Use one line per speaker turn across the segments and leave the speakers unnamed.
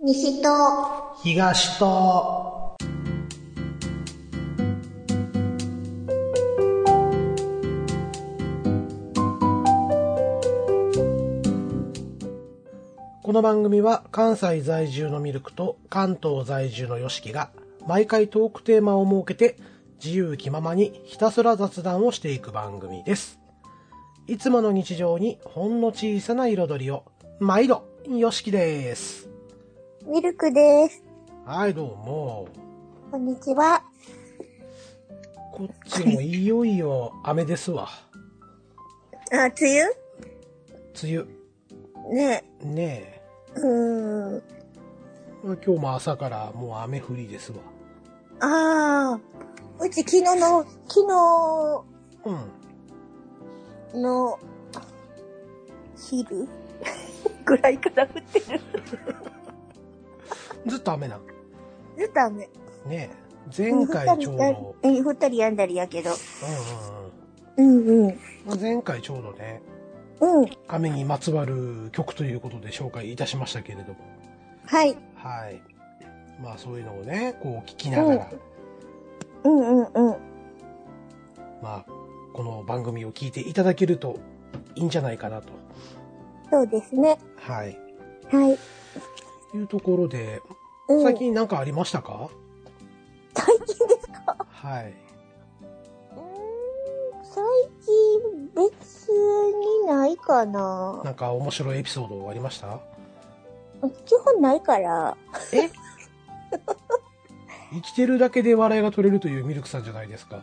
西と、
東と、この番組は関西在住のミルクと関東在住のヨシキが毎回トークテーマを設けて自由気ままにひたすら雑談をしていく番組です。いつもの日常にほんの小さな彩りを毎度、ヨシキです。
ミルクです。
はい、どうも。
こんにちは。
こっちもいよいよ雨ですわ。
あ、梅
梅
雨ね
雨。ね
え。うーん。
え。今日も朝からもう雨降りですわ。
ああ。うち昨日の、昨
うん。
日の昼 ぐらいから降ってる。
ずっと雨なん。
ずっと雨。
ねえ。前回ちょうど、
うん降ったりやんだりやけど。う
う
んうん。
んうんうん。前回ちょうどね、
うん。
雨にまつわる曲ということで紹介いたしましたけれども。
はい。
はい。まあそういうのをね、こう聞きながら、
うんうんうん。
まあ、この番組を聞いていただけるといいんじゃないかなと。
そうですね。
はい。
はい。
いうところで、
うん、
最近なんかありましたか、
最近ですか
はい。
うーん最近別にないかな。
なんか面白いエピソードありました
基本ないから。
生きてるだけで笑いが取れるというミルクさんじゃないですか。
違う。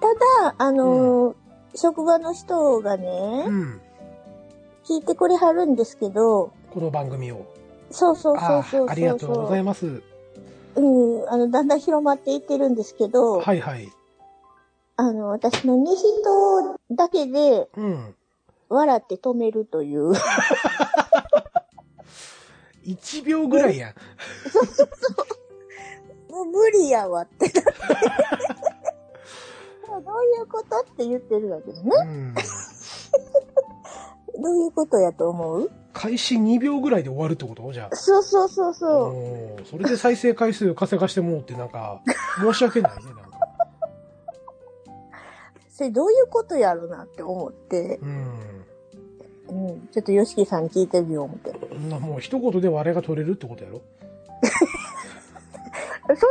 ただ、あのー職場の人がね、
うん。
聞いてくれはるんですけど、
この番組を。
そうそう
あ
そう
あ
そうそうそう。
ありがとうございます。
うん、あの、だんだん広まっていってるんですけど、
はいはい。
あの、私の西とだけで
うん。
笑って止めるという。
1秒ぐらいやん。
もう無理やわ ってなって。もうどういうことって言ってるわけだね。
うん。
どういうことやと思う
開始2秒ぐらいで終わるってことじゃあ。
そうそうそうそう。
おーそれで再生回数稼がしてもうってなんか、申し訳ないね。なんか
それどういうことやろなって思って、
うん。
うん、ちょっとヨシキさん聞いてみよう思って。そん
そんなもう一言で笑いが取れるってことやろ
なおかし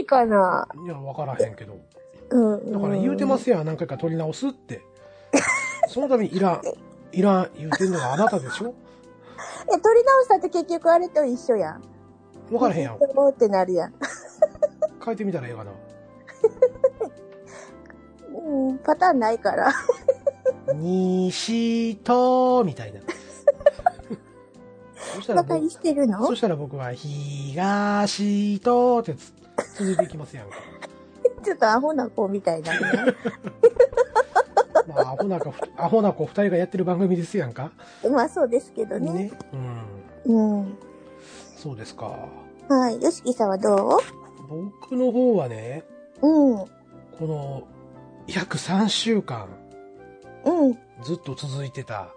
いかない
や、わからへんけど。
うん。
だから言うてますやん、何回か取り直すって。そのためにいらん、いらん言うてんのがあなたでしょ
え、取り直したって結局あれと一緒やん。
わからへんやん。
おーってなるやん。
変えてみたらええかな。
うん、パターンないから。
西と、みたいな。そしたら
バカに
僕、
してるの
そしたら僕は東とってつ続いていきますやんか。
ちょっとアホな子みた いなね。
まあ、アホな子、アホな子二人がやってる番組ですやんか。
まあそうですけどね。
ね。うん。
うん。
そうですか。
はい。ヨシキさんはど
僕の方はね、
ううん。
この、約3週間、
うん。
ずっと続いてた、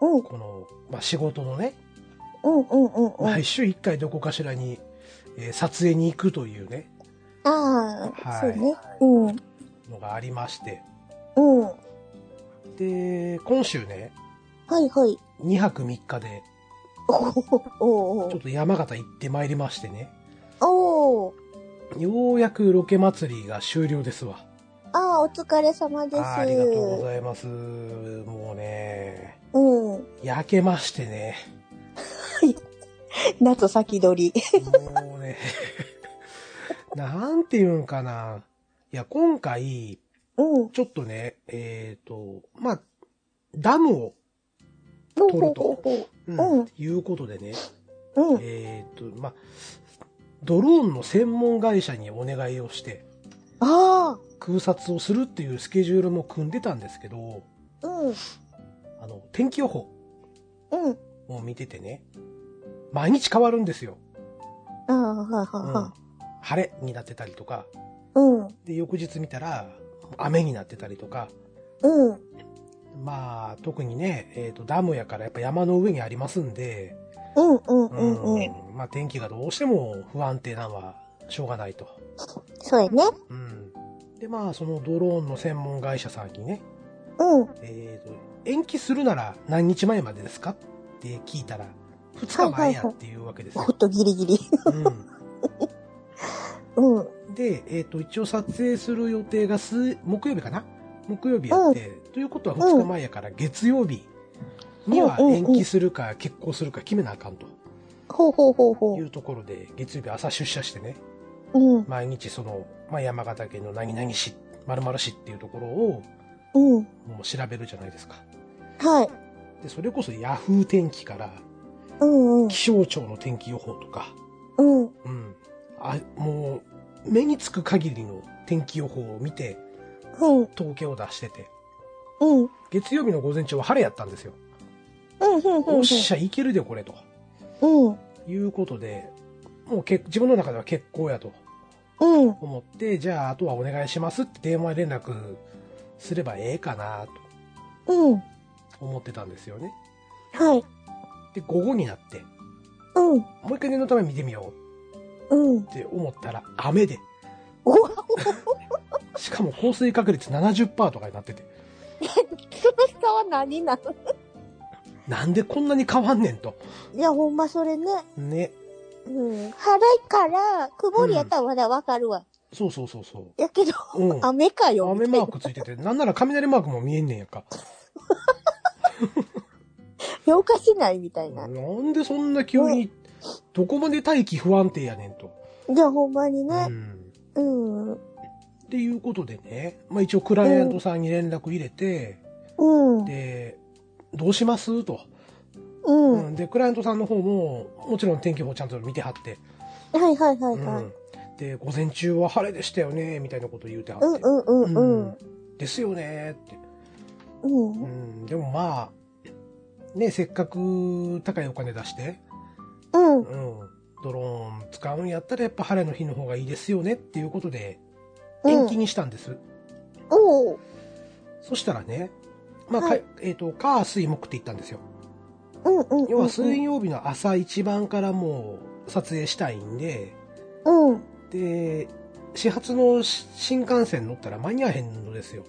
うん。
この、まあ、仕事のね、
うん。うん。うん。うん。
毎週1回どこかしらに、えー撮影に行くというね、
ああ、
はい
そうね。うん。
のがありまして。
うん。は
で、今週ね、
いはい。
2泊3日で、
お
ちょっ
ー
と山形行ってまいりましてね、
おー。
ようやくロケ祭りが終了ですわ。
ああ、お疲れ様です。
あーありがとうございます。もうね、
うん。
焼けましてね、
夏先取り。
もうね、 なんていうんかな。いや、今回、
うん。
ちょっとね、えっ、と、まあ、ダムを、
ほう
取
ほ
る
う
と
ほうほ
うん
うん
いうことでね、
う。うん。
えっ、と、まあ、ドローンの専門会社にお願いをして、
あ
空撮をするっていうスケジュールも組んでたんですけど、
あ。うん。
あの、天気予報
うん。
を見ててね、毎日変わるんですよ。
ああ、はあ
うん
はあはあ。
晴れになってたりとか、
うん。
で、翌日見たら、雨になってたりとか、
うん。
まあ、特にね、えっ、と、ダムやからやっぱ山の上にありますんで、
うんうん
う
うんうん。
ん、まあ天気がどうしても不安定なのはしょうがないと。
そうやね。
うん。で、まあ、そのドローンの専門会社さんにね、
うん。
えーと、延期するなら何日前までですかって聞いたら、2日前やっていうわけですよ
ほ。んとギリギリ。 うん。うん
うん、で、えっ、と、一応撮影する予定が水、木曜日かな木曜日やって、ということは2日前やから月曜日には延期するか、決行するか決めなあかんと
ほうほうほうほ
いうところで、月曜日朝出社してね、
う。うん。
毎日その、まあ、山形県の何々市、〇〇市っていうところを、
うん。
もう調べるじゃないですか。
はい。
で、それこそヤフー天気から、
うんうん。
気象庁の天気予報とか、
うん。
うん。あ、もう、目につく限りの天気予報を見て、
うん。
統計を出してて、
うん。うん。
月曜日の午前中は晴れやったんですよ。
うん。うん。
おっしゃ、いけるでこれ、と
うん。
いうことで、もうけ自分の中では結構やと
うん。
思って、じゃあ、あとはお願いしますって電話連絡すればええかな、
うん。
と思ってたんですよね。
はい。
で、午後になって、
うん。
もう一回念のため見てみよ
うん
う。って思ったら、雨で、
おわ
しかも降水確率70%とかになってて、
その差は何なの
なんでこんなに変わんねんと。
いや、ほんまそれね。
ね。
うん。晴れから、曇りやったらまだわかるわ。
そうそうそうそ
やけど、
う。うん。
雨かよ。
雨マークついてて、なんなら雷マークも見えんねんやんか。
いやおかしないみたいな。
なんでそんな急に、どこまで大気不安定やねんと。
じゃあほんまに
う
ね。
ん。
うん。うん。
っていうことでね、まあ一応クライアントさんに連絡入れて、
うん。
で、どうしますと。
う。
うんん。で、クライアントさんの方も、もちろん天気予報ちゃんと見てはって。
はいはいは
う
いはい。
ん。で、午前中は晴れでしたよね、みたいなこと言うてはって。
うんうんうんうん。
ですよねって。
うん。う
うんん、でもまあ、ね、せっかく高いお金出して、
うん
うん、ドローン使うんやったらやっぱ晴れの日の方がいいですよねっていうことで延期にしたんです。
おう
そしたらね、まあ、
はい
かえっ、と、火、水、木って言ったんですよ。
うんうんうん。
要は水曜日の朝一番からもう撮影したいんで、
うん。
で、始発のし新幹線乗ったら間に合わへんのですよ。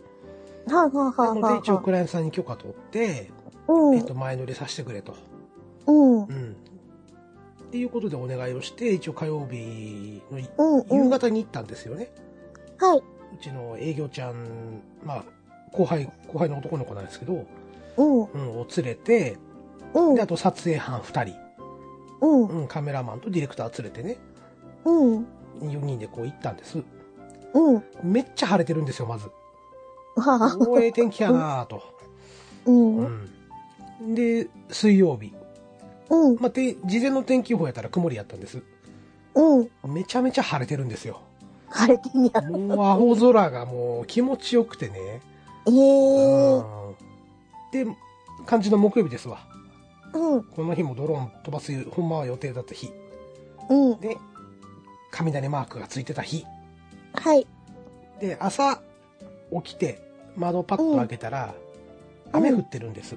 はいはいは
ないの
は
で
い
一応
は
クライアントさんに許可取って、
い。うん。
えっ、と、前乗りさせてくれと。
うん。
うん。っていうことでお願いをして、一応火曜日のい
うんうん。
夕
は
方に行ったんですよね。
い。
うちの営業ちゃん、まあ、後輩、後輩の男の子なんですけど、
うん。
うん、を連れて、
うん
で、。あと撮影班2人、
うん。
うん、カメラマンとディレクター連れてね、
うん。
4人でこう行ったんです。
うん。は
めっちゃ晴れてるんですよ、まず。
あ。
おーええ天気やなぁと。
うん。う。
うんん。で、水曜日。
うん。
まあ、て、事前の天気予報やったら曇りやったんです。
うん。
めちゃめちゃ晴れてるんですよ。
晴れてんや。
もう青空がもう気持ちよくてね。
ええ。
うんで、感じの木曜日ですわ。
うん。
この日もドローン飛ばすほんまは予定だった日。
うん。
で、雷マークがついてた日。
はい。
で、朝起きて窓パッと開けたら、
うん
雨降ってるんです。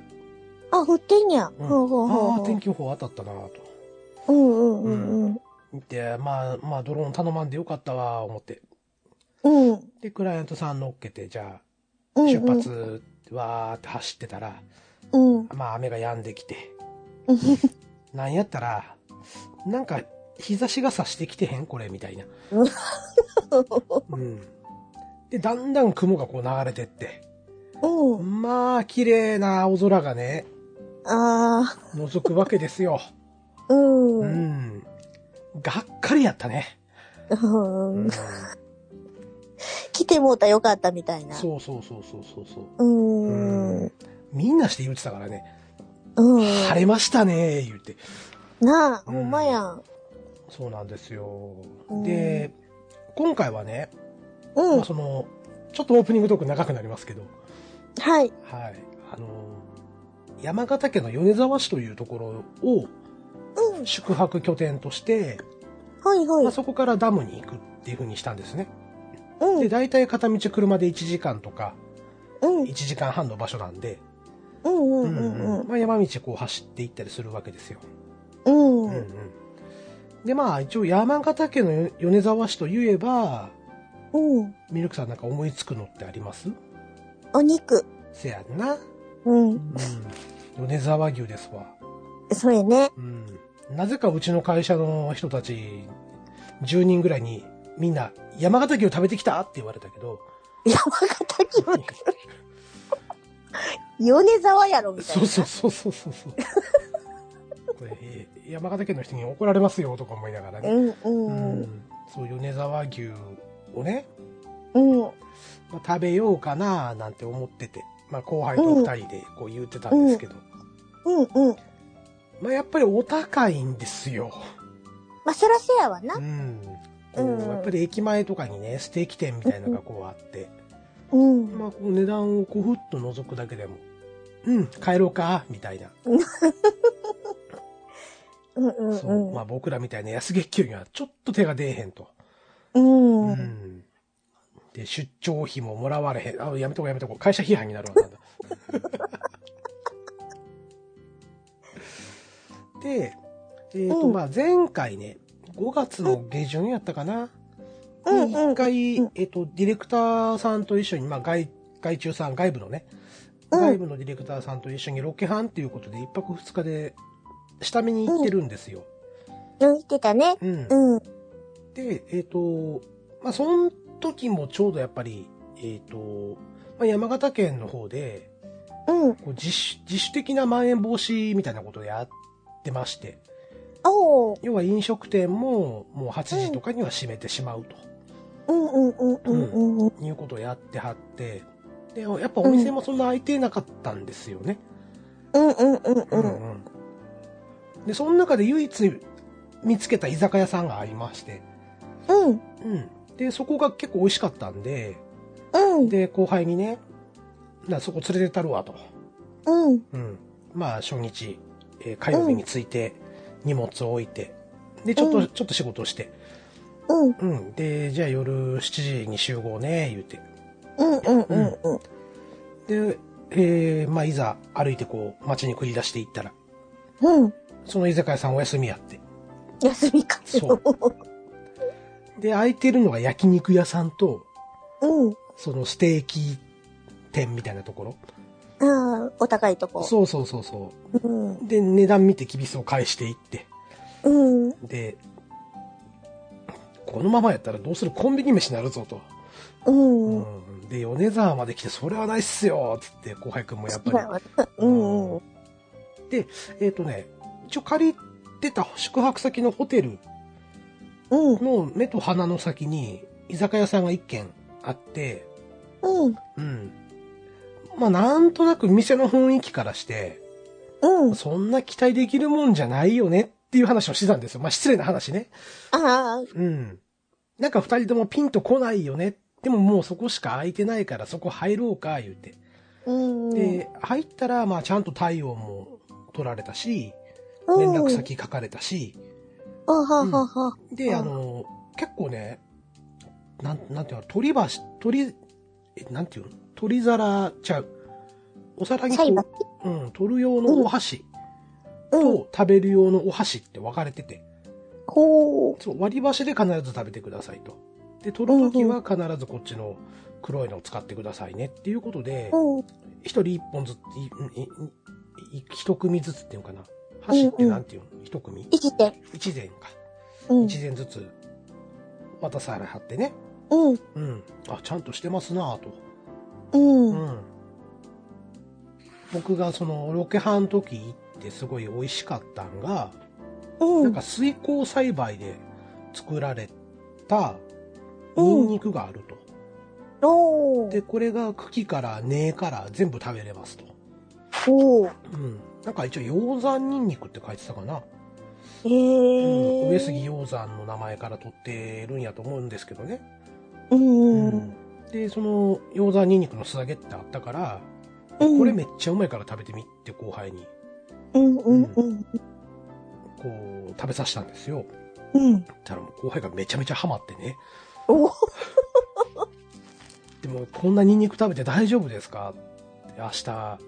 あ、降ってんや。
う
ほ
ん
うほうほう
ああ、
ほう
天気予報当たったなぁと。
うんうんうんうん。
で、まあ、まあドローン頼まんでよかったわ、思って。
うん。うん
で、クライアントさん乗っけて、じゃ
う
あ、
ん。
出発、わーって走ってたら、
うん。
まあ雨が止んできて、
うん
なんやったら、なんか、日差しが差してきてへんこれ、みた いな。うん。で、だんだん雲がこう流れてって。
うん。
まあ、綺麗な青空がね、
あ
覗くわけですよ。
あ。うん。
う
うん。
ん。がっかりやったね。うん、
来てもうたらよかったみたいな。
そうそうそうそうそうそう。
うーん。
みんなして言うてたからね、
うん。
晴れましたね、言うて。
なあ、
うん
ほんまやん。
そうなんですよ
う。ん
で、今回はね、
うん
まあ、。その、ちょっとオープニングトーク長くなりますけど、
はい。
はい。あのー山形県の米沢市というところを
うん。
宿泊拠点として、
はい
まあ、
はい。
そこからダムに行くっていう風にしたんですね。
う
で、
ん。
大体片道車で1時間とか、
うん
1。時間半の場所なんで、
うんう
うん
うんうん。
まあ、山道こう走っていったりするわけですよ。
うん。
うんう
うん
ん、でまあ一応山形県の米沢市といえば
うん。
ミルクさんなんか思いつくのってあります
お肉。
せやんな、
うん。
うん、米沢牛ですわ、
それね。
うん、なぜかうちの会社の人たち10人ぐらいにみんな「山形牛食べてきた?」って言われたけど
山形牛。米沢やろみたい
そ
な。
うそうそうそうそう そうこれえー山形県の人に怒られますよとか思いながらね、
んう。
うんん、そう米沢牛をね
うん。
まあ食べようかななんて思ってて、まあ、後輩と二人でこう言ってたんですけど、
うんうん。
まあ、やっぱりお高いんですよ。
まあ、そらせやわな
う。んこう
うん
やっぱり駅前とかにねステーキ店みたいなのがこうあって、
うん。
まあ、こう値段をこうふっと覗くだけでも「うん帰ろうか」みたいな、
うんうん。
そううんまあ、僕らみたいな安月給にはちょっと手が出えへんと。
うん。う。
うんんで出張費ももらわれへんあやめとこうやめとこう会社批判になるわなんだで、えーと
うん
まあ、前回ね5月の下旬やったかな、
うん
に
うん
一回、
うん
えー、とディレクターさんと一緒に、まあ、外外注さん外部のね
うん
外部のディレクターさんと一緒にロケハンということで1泊2日で下見に行ってるんですよ。
言ってたね。
うん
うん。
で、えっ、と、まあ、その時もちょうどやっぱり、えっ、と、まあ、山形県の方で、
うん。
こう自主、自主的なまん延防止みたいなことをやってまして、
おう。
要は飲食店ももう8時とかには閉めてしまう
うんうんうんうんうん。
ということをやってはって、で、やっぱお店もそんな開いてなかったんですよね。
うんうんうん
う
うんん。
うんで、その中で唯一見つけた居酒屋さんがありまして、
うん。
うん。で、そこが結構美味しかったんで、
うん。
で後輩にね「なそこ連れてったるわ」と、
うん。
うん、まあ初日、えー火曜日に着いて荷物を置いてでちょっと、
うん
ちょっと仕事をして、
うん。
うん、でじゃあ夜7時に集合ね言うて
うんうんうんうん。
で、えーまあ、いざ歩いてこう街に繰り出していったら
うん。
その居酒屋さんお休みやって
休みかけ
そうで空いてるのが焼肉屋さんと
うん。
そのステーキ店みたいなところ
ああ、お高いとこ。。
そうそうそうそう
うん。
うで値段見て厳しさを返していって
うん。
で、このままやったらどうするコンビニ飯になるぞと。
うん。
うんで、米沢まで来て、それはないっすよつって、後輩くんもやっぱり。
うんうん。
で、えっ、とね、一応借りてた宿泊先のホテル
うん。
の目と鼻の先に、居酒屋さんが一軒あって、
うん。
うん。まあ、なんとなく店の雰囲気からして、
うん。
そんな期待できるもんじゃないよねっていう話をしてたんですよ。まあ、失礼な話ね。
ああ、
うん。なんか二人ともピンとこないよね。でももうそこしか空いてないからそこ入ろうか、言うて。
うん。
で、入ったら、まあちゃんと体温も取られたし、
うん、
連絡。先書かれたし、
あははは。
で、
うん
あの、結構ね、なん、なんていうの、鳥箸、鳥、え、なんていうの鳥皿ちゃう。お皿に
裁判
こ。う、うん、取る用のお箸
うん。
と食べる用のお箸って分かれてて。
ほう。
そう割り箸で必ず食べてくださいと。で、取るときは必ずこっちの黒いのを使ってくださいねっていうことで、
うん。
一人一本ずつ、いいいい一組ずつっていうのかな。箸ってなんていうの一組
一点。
一膳か。
うん。
一膳ずつ渡されはってね。
うん。
うん。あ、ちゃんとしてますなぁと。
う。
うんん。僕がそのロケハンの時行ってすごい美味しかったんが、
う
なん
ん
か。水耕栽培で作られたニンニクがあると。
お
で、これが茎から根から全部食べれますと。
ほう。
うん。なんか一応鷹山ニンニクって書いてたかな。
え
う
え。
ん上杉。鷹山の名前から取ってるんやと思うんですけどね。
うん。うん。
で、その鷹山ニンニクの素揚げってあったから、
うん
これめっちゃうまいから食べてみって後輩に
うんうん
こう食べさせたんですよ。
うん。
たらもう後輩がめちゃめちゃハマってね。
お
でもこんなニンニク食べて大丈夫ですかって明日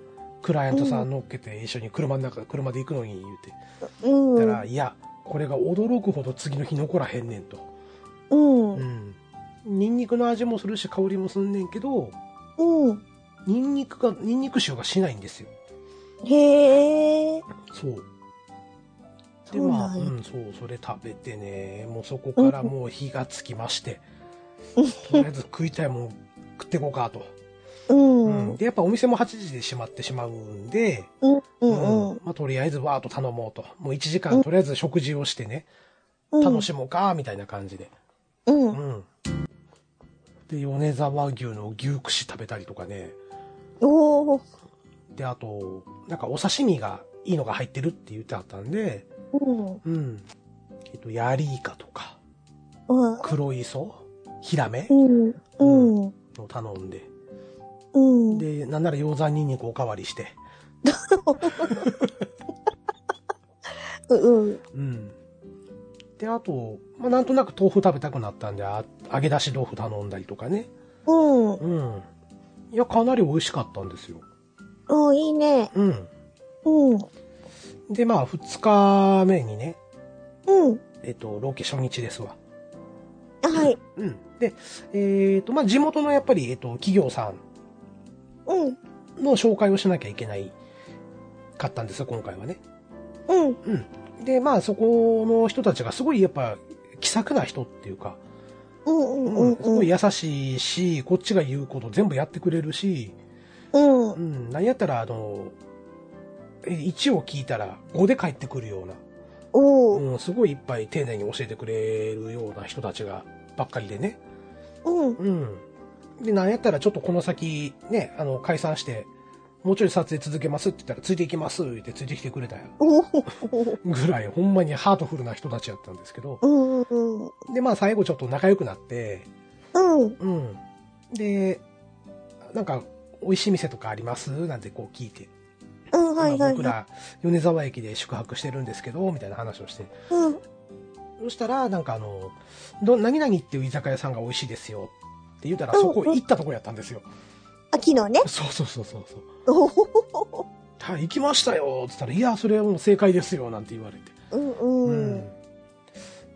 クライアントさん乗っけて一緒に車の中、車で行くのに言うて。
うん。
だから、いや、これが驚くほど次の日残らへんねんと。
うん。う。
うんん。ニンニクの味もするし、香りもすんねんけど、
うん。
ニンニクが、ニンニク臭がしないんですよ。
へえ。
そう。で、
そう
ま
な
あ、
ん
う
や。
ん、そう、それ食べてね、もうそこからもう火がつき まして、とりあえず食いたいもん食ってこうかと。
う。
うん。
うんん。
で、やっぱお店も8時で閉まってしまうんで、
うん。うん。
まあ、とりあえずわーっと頼もうと。もう1時間とりあえず食事をしてね、
うん。
楽しもうか、みたいな感じで。
う。
うんん。で、米沢牛の牛串食べたりとかね。
おー。
で、あと、なんかお刺身がいいのが入ってるって言ってあったんで、
うん。
うん。えっと、ヤリイカとか、
うん。
黒磯、ヒラメ
うん。うん。
を頼んで。
うん。
で、なんなら溶山ニンニクおかわりして。
うん。
うん。で、あと、まあ、なんとなく豆腐食べたくなったんで、あ揚げ出し豆腐頼んだりとかね。
うん。
うん。いや、かなり美味しかったんですよ。
おー、いいね。
うん。
うん。
で、まあ、二日目にね、
うん。
えっと、ロケ初日ですわ。
はい。
うん。で、えっ、と、まあ、地元のやっぱり、えっ、と、企業さ
うん。
んの紹介をしなきゃいけないかったんですよ、今回はね。
うん。
うん。で、まあ、そこの人たちがすごいやっぱ、気さくな人っていうか、
うん。うん。う
うんん、すごい。優しいし、こっちが言うこと全部やってくれるし、
うん。う
うん、なんやったら、あの、え1を聞いたら5で帰ってくるような、
おー。
うん、すごいいっぱい丁寧に教えてくれるような人たちがばっかりでね。
うん。
うん。で、なんやったらちょっとこの先、ね、あの、解散して、もうちょい撮影続けますって言ったら、ついていきますってついてきてくれたよ
おー。
ぐらい、ほんまにハートフルな人たちやったんですけど。
うん。うん。
で、まあ最後ちょっと仲良くなって、
うん。
うん。で、なんか、美味しい店とかありますなんてこう聞いて。
うん。はい
今
はいはい。
僕ら、米沢駅で宿泊してるんですけど、みたいな話をして。
うん。
そしたら、なんかあの、ど、何々っていう居酒屋さんが美味しいですよって言ったら、
うん
そこ行ったとこやったんですよ。
あ、昨日ね。
そうそうそうそうそう。
おー。
はい、行きましたよっつったら、いや、それはもう正解ですよなんて言われて。
うんうん。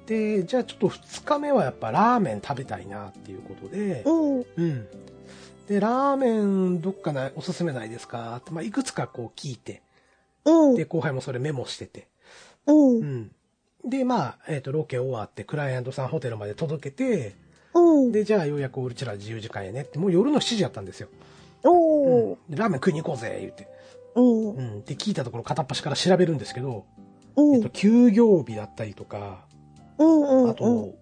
で、じゃあちょっと2日目はやっぱラーメン食べたいなっていうことで、
うん。
うん。で、ラーメンどっかない、おすすめないですかって、まあ、いくつかこう聞いて、
うん。
で、後輩もそれメモしてて、
う。
うんん。で、まあ、えっ、と、ロケ終わって、クライアントさんホテルまで届けて、
うん。
で、じゃあようやくうちら自由時間やねって、もう夜の7時やったんですよ。
おー。
でラーメン食いに行こうぜ言って。
うん。う
うん。で、聞いたところ片っ端から調べるんですけど、
ん。
え
う
っ
ん
と、。休業日だったりとか、
うん。
あと、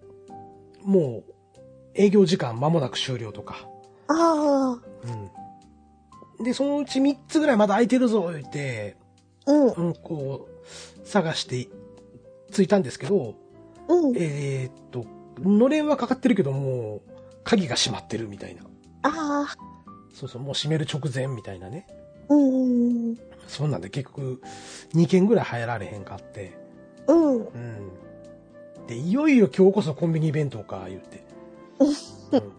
もう、営業時間間もなく終了とか。
あ
うん。で、そのうち3つぐらいまだ空いてるぞ、言って、
あ。うん。
うん、こう、探して、着いたんですけど、
うん。
えーっと、のれんはかかってるけど、もう、鍵が閉まってるみたいな。
ああ。
そうそう、もう閉める直前みたいなね。
うん。
そんなんで結局、2軒ぐらい入られへんかって。
うん。
うん。で、いよいよ今日こそコンビニ弁当か、言って。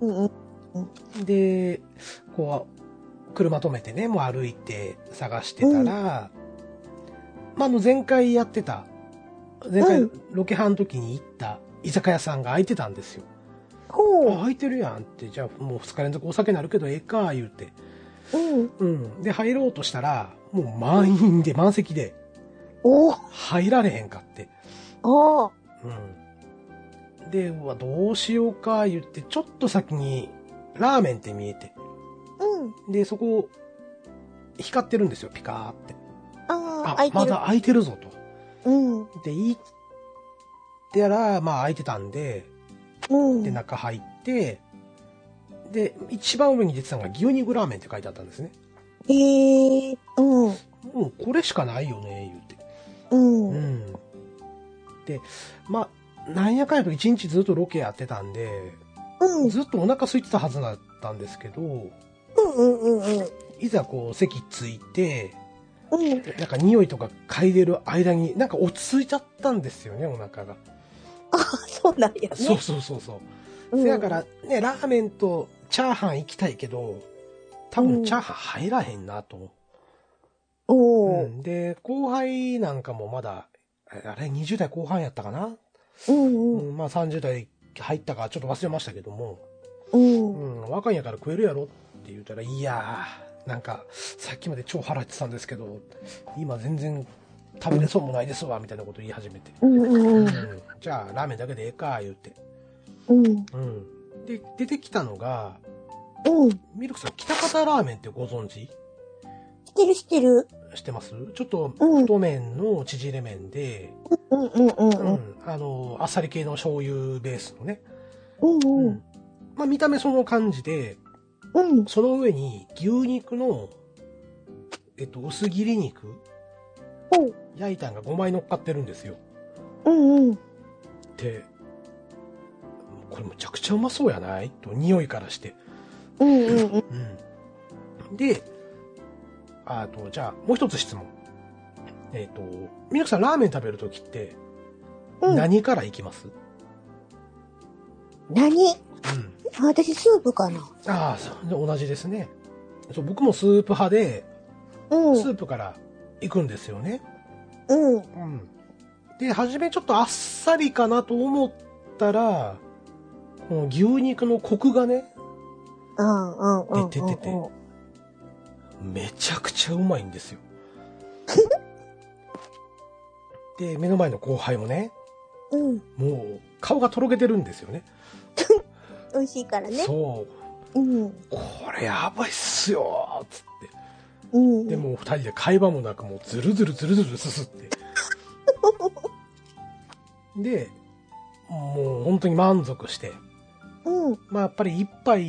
うん
うん。
で、こう、車止めてね、もう歩いて探してたら、まあ、あの、前回やってた、前
う
回
ん
ロケハンの時に行った居酒屋さんが空いてたんですよ。
ほ
あ、
う。
空いてるやんって、じゃあもう2日連続お酒なるけどええか、言うて。
うん。
うん。で、入ろうとしたら、もう満員で、満席で、
おー。
入られへんかって。
ああ。
うん。で、うわ、どうしようか、言って、ちょっと先に、ラーメンって見えて。
うん。
で、そこ、光ってるんですよ、ピカーって。
ああ。
あ
空い、て
ま
る
だ。空いてるぞと。
うん。
で、行ったら、まあ空いてたんで、
うん。
で、中入って、で、一番上に出てたのが牛肉ラーメンって書いてあったんですね。
へえ。うん。
もうこれしかないよね、言うて。
うん。う
う
ん。
ん。で、まあ、なんやかんやと一日ずっとロケやってたんで、
うん。
ずっとお腹空いてたはずだったんですけど、
うん。うん。うん。
いざこう席ついて、
うん。
なんか匂いとか嗅いでる間に、なんか落ち着いちゃったんですよね、お腹が。
そうなんやね。
そうそうそうそう。
ん
だか。ら、ね、ラーメンとチャーハン行きたいけど、多
う
分
ん
チャーハン入らへんなと
お
う
ー。
ん、で、後輩なんかもまだ、えあれ、20代後半やったかな、
うん
う
うん
んまあ30代入ったかちょっと忘れましたけども、
うん
う。ん、若いんやから食えるやろって言ったら、いやー、なんか、さっきまで超払ってたんですけど、今全然食べれそうもないですわ、みたいなこと言い始めて。
うんうんうん
うんじゃあ、ラーメンだけでええか、言って。
うん
うん。で、出てきたのが、
うん。知
ミルクさん、北方ラーメンってご存知
ってる知ってる。
してますちょっと
うん
太麺の縮れ麺で、
うんうんうん
う
うん。
ん、あの、あっさり系の醤油ベースのね。
うんうん。
まあ見た目その感じで、
うん。
その上に牛肉の、えっと、薄切り肉
ほう。
焼いたんが5枚乗っかってるんですよ。
うんうん。
で、これむちゃくちゃうまそうやないと、匂いからして。
うんうんうん。
うん。で、あと、じゃあ、もう一つ質問。えっ、と、ミルクさん、ラーメン食べるときって、
うん
何からいきます、うん、
何あ私スープかな。
ああ、そう同じですね。そう、僕もスープ派で、
うん。
スープから行くんですよね。
うん。
うん。で、初めちょっとあっさりかなと思ったら、この牛肉のコクがね、
うんうんうんうんうん。
ててててめちゃくちゃうまいんですよ。で、目の前の後輩もね、
うん。
もう顔がとろけてるんですよね。
美味しいからね。
そう。
うん。
これやばいっすよーっつって。
うん。
で、もう二人で会話もなくもうズルズルズルズルすすって。で、もう本当に満足して。
うん。
まあやっぱり一杯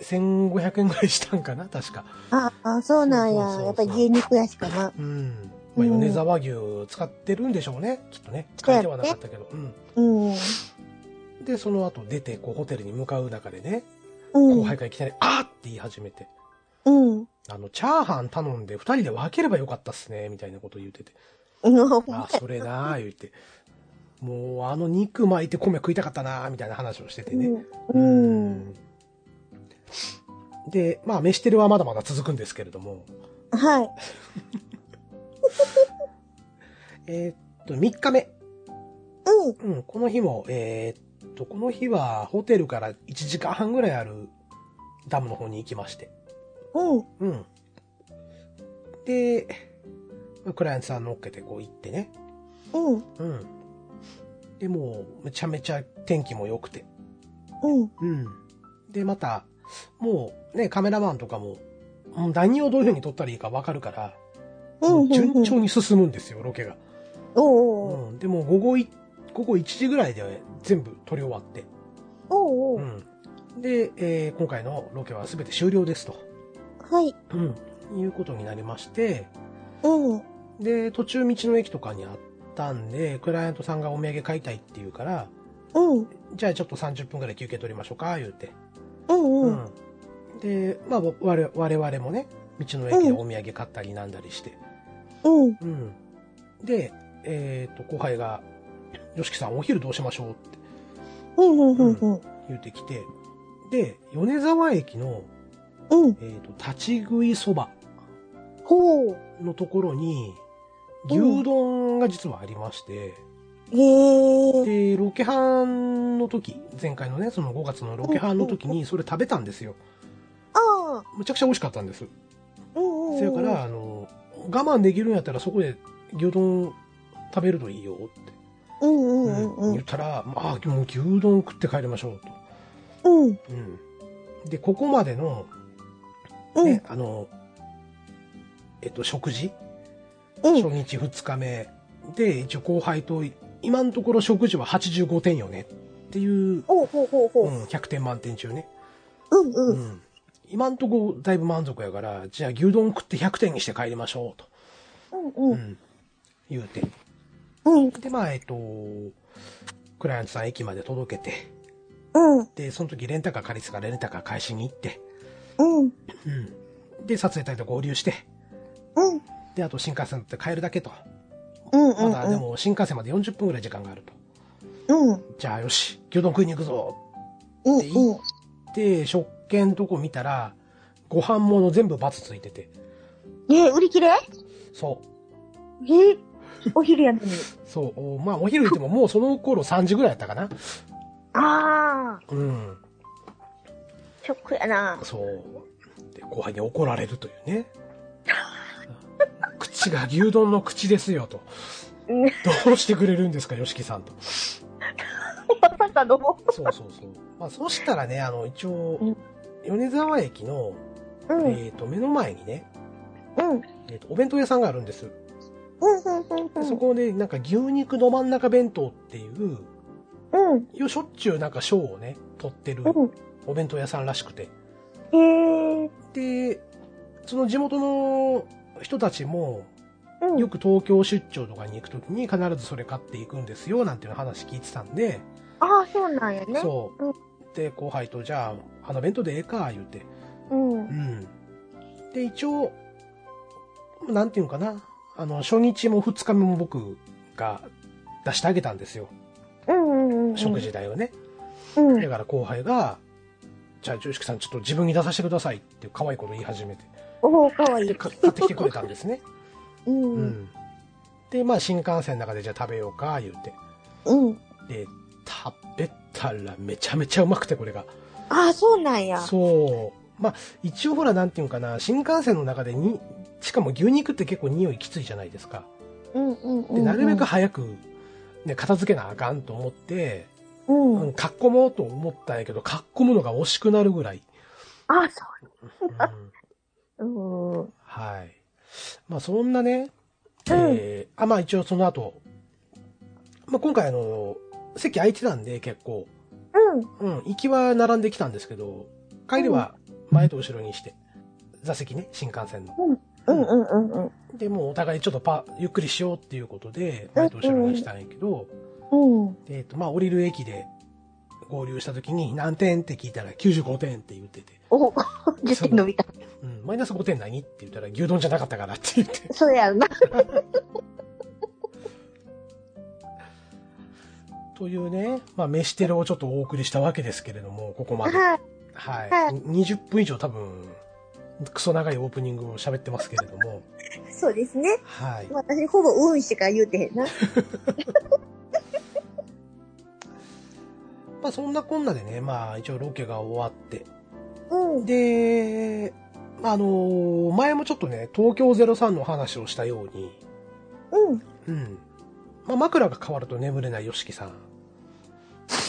1500円ぐらいしたんかな、確か。
ああ、そうなんや。
そうそうそう
やっぱり牛肉やしかな。
うん。まあ
うん
米沢牛使ってるんでしょうね、きっとね。
そう
書い
やね
てはなかったけど。うん。
うん。
で、その後出て、こう、ホテルに向かう中でね、
うん。
後輩がいきなり、あーって言い始めて、
うん。
あの、チャーハン頼んで二人で分ければよかったっすね、みたいなこと言ってて、
うん。ほんま
あーそれなー言って、もう、あの肉巻いて米食いたかったなーみたいな話をしててね。
うん。うん。
で、まあ、飯テレはまだまだ続くんですけれども、
はい。
えーっと、3日目。
うん。
うん、この日も、えーっと、この日はホテルから1時間半ぐらいあるダムの方に行きまして。
うん。
うん。で、クライアントさん乗っけてこう行ってね。
うん。
うん。で、もう、めちゃめちゃ天気も良くて。
うん。
うん。で、また、もうね、カメラマンとかも、もう何をどういう風に撮ったらいいかわかるから、
う
も
ん。
う順調
に。
に進むんですよ、ロケが。
おう
うん。でも、午後い、午後1時ぐらいで全部撮り終わって。
おうお
う。
うん
で、えー今回のロケは全て終了ですと。
はい。
うん。いうことになりまして、
うん。
で、途中道の駅とかにあったんで、クライアントさんがお土産買いたいって言うから、
うん。
じゃあちょっと30分ぐらい休憩取りましょうか、言うて。
うん。うん。
んで、まあ、ぼ我我々もね、道の駅でお土産買ったりなんだりして。
うん。
うん。で、えっ、と、後輩が、よしきさんお昼どうしましょうって
うん。うん。うん。うん。
言ってきて、で、米沢駅の、
うん。
えっ、と、立ち食いそば
ほう。
のところに、
うん
牛丼が実はありまして、
へえ。
で、ロケハンの時、前回のね、その5月のロケハンの時にそれ食べたんですよ。
ああ。
むちゃくちゃ美味しかったんです。
うん。うん。
そやか。ら、あの、我慢できるんやったらそこで牛丼食べるといいよって、
うん。う
うん
ん。うん。う
言っ
ん。
たら、まあ、もう牛丼食って帰りましょう
うん。
と。うん。で、ここまでの、
う
ね
ん。、
あの、えっと、食事、
うん。
初日2日目で、一応後輩と、今のところ食事は85点よねっていう、
おうほうほうほ
う
う。
ん、100点満点中ね。
うんう。
うんん。今んとこだいぶ満足やから、じゃあ牛丼食って100点にして帰りましょうと。
うんう。
うんん。言うて。
うん。
で、まあ、えっと、クライアントさん駅まで届けて、
うん。
で、その時レンタカー借りてたからレンタカー返しに行って、
うん。
うん。で、撮影隊と合流して、
うん。
で、あと新幹線乗って帰るだけと。
うん。
まだでも新幹線まで40分ぐらい時間があると。
うん。
じゃあよし、牛丼食いに行くぞ
うん。
って言って、食券のとこ見たら、ご飯物全部バツついてて。
ねえ、売り切れ
そ
えお昼やのに。
う。そう。おまあ、お昼言っても、もうその頃3時ぐらいやったかな。
ああ、
うん。
ショックやな。
そう。で、後輩に怒られるというね。口が牛丼の口ですよと。
うん
どうしてくれるんですか、吉木さんと。
まさかの。
そうそうそう。まあ、そうしたらね、あの、一応
うん、
米沢駅の、
うん、うん、
えっ、と、目の前にね、
うん、
えーと、お弁当屋さんがあるんです。
うん、うん、
でそこで、なんか牛肉ど真ん中弁当っていう、
うん、
よしょっちゅうなんか賞をね、取ってる
うん。
お弁当屋さんらしくて。
へえ、
で、その地元の人たちも、
うん、
よく東京出張とかに行くときに必ずそれ買っていくんですよ、なんていう話聞いてたんで、
ああ、そうなんやね。
そうう。で、後輩と、じゃあ、あの弁当でええか、言うて。
うん
う、ん。で、一応、なんていうのかな。あの、初日も二日目も僕が出してあげたんですよ。
うん、うん、うん。
食事。代をね。
うん、
だから後輩が、じゃあ、ジョシキさん、ちょっと自分に出させてくださいっていう可愛いこと言い始めて、
おお、かわい
で、
い。
か買ってきてくれたんですね。
う、
うんん。で、まあ、新幹線の中で、じゃあ食べようか、言うて。
うん。
で、食べたらめちゃめちゃうまくて、これが。
ああ、そうなんや。
そう。まあ、一応ほら、なんていうのかな、新幹線の中でに、しかも牛肉って結構匂いきついじゃないですか。
うん、うん、うん。
で、なるべく早く、ね、片付けなあかんと思って、
うん。
う
うん。
ん、かっこもうと思ったんやけど、かっこむのが惜しくなるぐ らい。
ああ、そ
うん、
う。うん。
はい。まあ、そんなね、えーあ、まあ一応その後、まあ今回あの、席空いてたんで結構、
うん。
うん、行きは並んできたんですけど、帰りは前と後ろにして、座席ね、新幹線の。
うんうんうんうん。
で、もうお互いちょっとパ、ゆっくりしようっていうことで、前と後ろにしたんやけど、
うん。
えっ、と、まあ、降りる駅で合流した時に、何点って聞いたら95点って言ってて、
お、10点伸びた。
うん、マイナス5点何って言ったら、牛丼じゃなかったからって言って、
そうやな。
というね、まあ、飯テロをちょっとお送りしたわけですけれども、ここまで。
はい。
はい。
はい
20分以上多分、クソ長いオープニングを喋ってますけれども、
そうですね。
はい。
私、ほぼうんしか言うてへんな。
まあ、そんなこんなでね、まあ、一応ロケが終わって、
うん。
で、まああの前もちょっとね、東京03の話をしたように、
うん。
うん。まあ、枕が変わると眠れない YOSHIKI さん。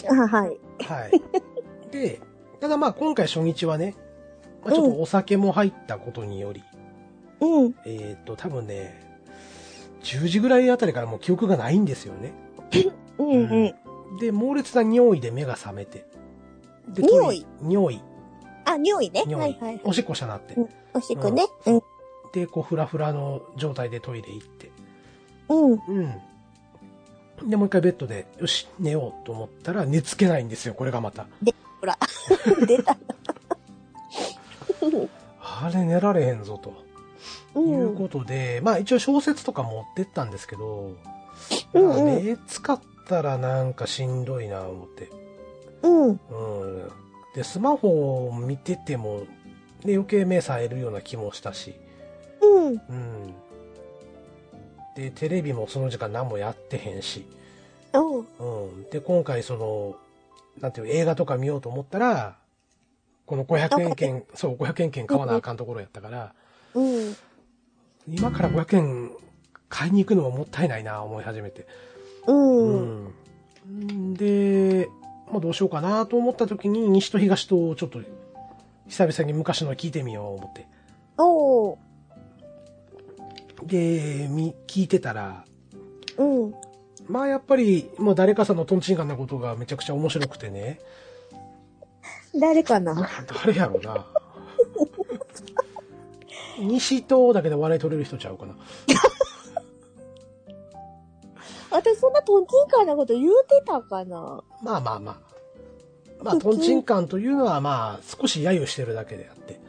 あはい。
はい。 で、ただまあ今回初日はね、まあ、ちょっとお酒も入ったことにより、
うん。
えっ、と、多分ね、10時ぐらいあたりからもう記憶がないんですよね。
うんうん。
で、猛烈な匂いで目が覚めて。で
匂い
トイレ匂い。
あ、匂いね。
匂い。
はいはいは
お
い。
しっこしたなって。
おしっこね。うん。
で、こう、ふらふらの状態でトイレ行って。
うん。
うん。で、もう一回ベッドで、よし、寝ようと思ったら、寝つけないんですよ、これがまた。
ほら。出 た。
あれ、寝られへんぞ、と
う
いうこ
ん。
とで、まあ一応小説とか持ってったんですけど、
うん
まあ
うん
目使ったらなんかしんどいな、思って。
うん。
うん。で、スマホを見てても、ね、余計目冴えるような気もしたし、
うん。
うん。で、テレビもその時間何もやってへんし、
おう。
うん。で、今回その、なんていう映画とか見ようと思ったら、この500円券、そう、500円券買わなあかんところやったから、
うん。
今から500円買いに行くのももったいないな、思い始めて。
うん。
うんで、まあどうしようかなと思った時に、西と東とちょっと、久々に昔の聞いてみよう思って。
おう。
で、み、聞いてたら、
うん。
まあやっぱり、もう誰かさんのトンチンカンなことがめちゃくちゃ面白くてね。
誰かな
誰やろ うな。西東だけで笑い取れる人ちゃうかな。
私そんなトンチンカンなこと言うてたかな
まあまあまあ。まあ、トンチンカンというのはまあ、少し揶揄してるだけであって。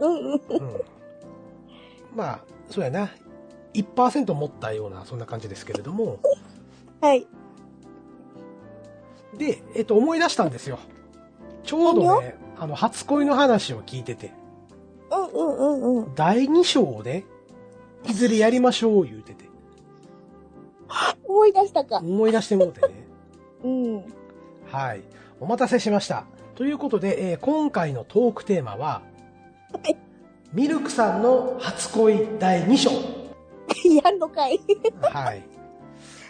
うんうん。
うん。まあ、そうやな。1%持ったような、そんな感じですけれども。
はい。
で、えっと、思い出したんですよ。ちょうどね、あの、初恋の話を聞いてて、
うんうんうんうん。
第2章をね、いずれやりましょう、言うてて。
思い出したか。
思い出してもうてね。
うん。
はい。お待たせしました。ということで、えー今回のトークテーマは、ミルクさんの初恋第2章。
やんのかい。
はい。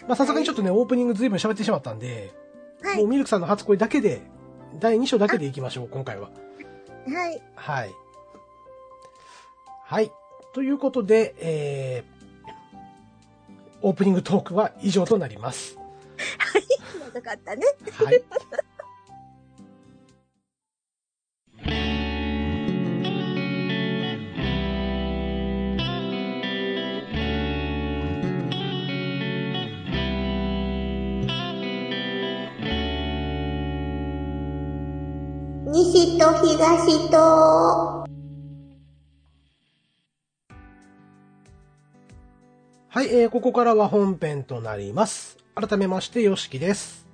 まあ、さすがにちょっとね、オープニングずいぶん喋ってしまったんで、
は
もう。ミルクさんの初恋だけで、第2章だけでいきましょう、今回は。
はい。
はい。はい。ということで、えー、オープニングトークは以上となります。
長かったね。
はい。
西と東と。
はい、えー、ここからは本編となります。改めまして、よしきです。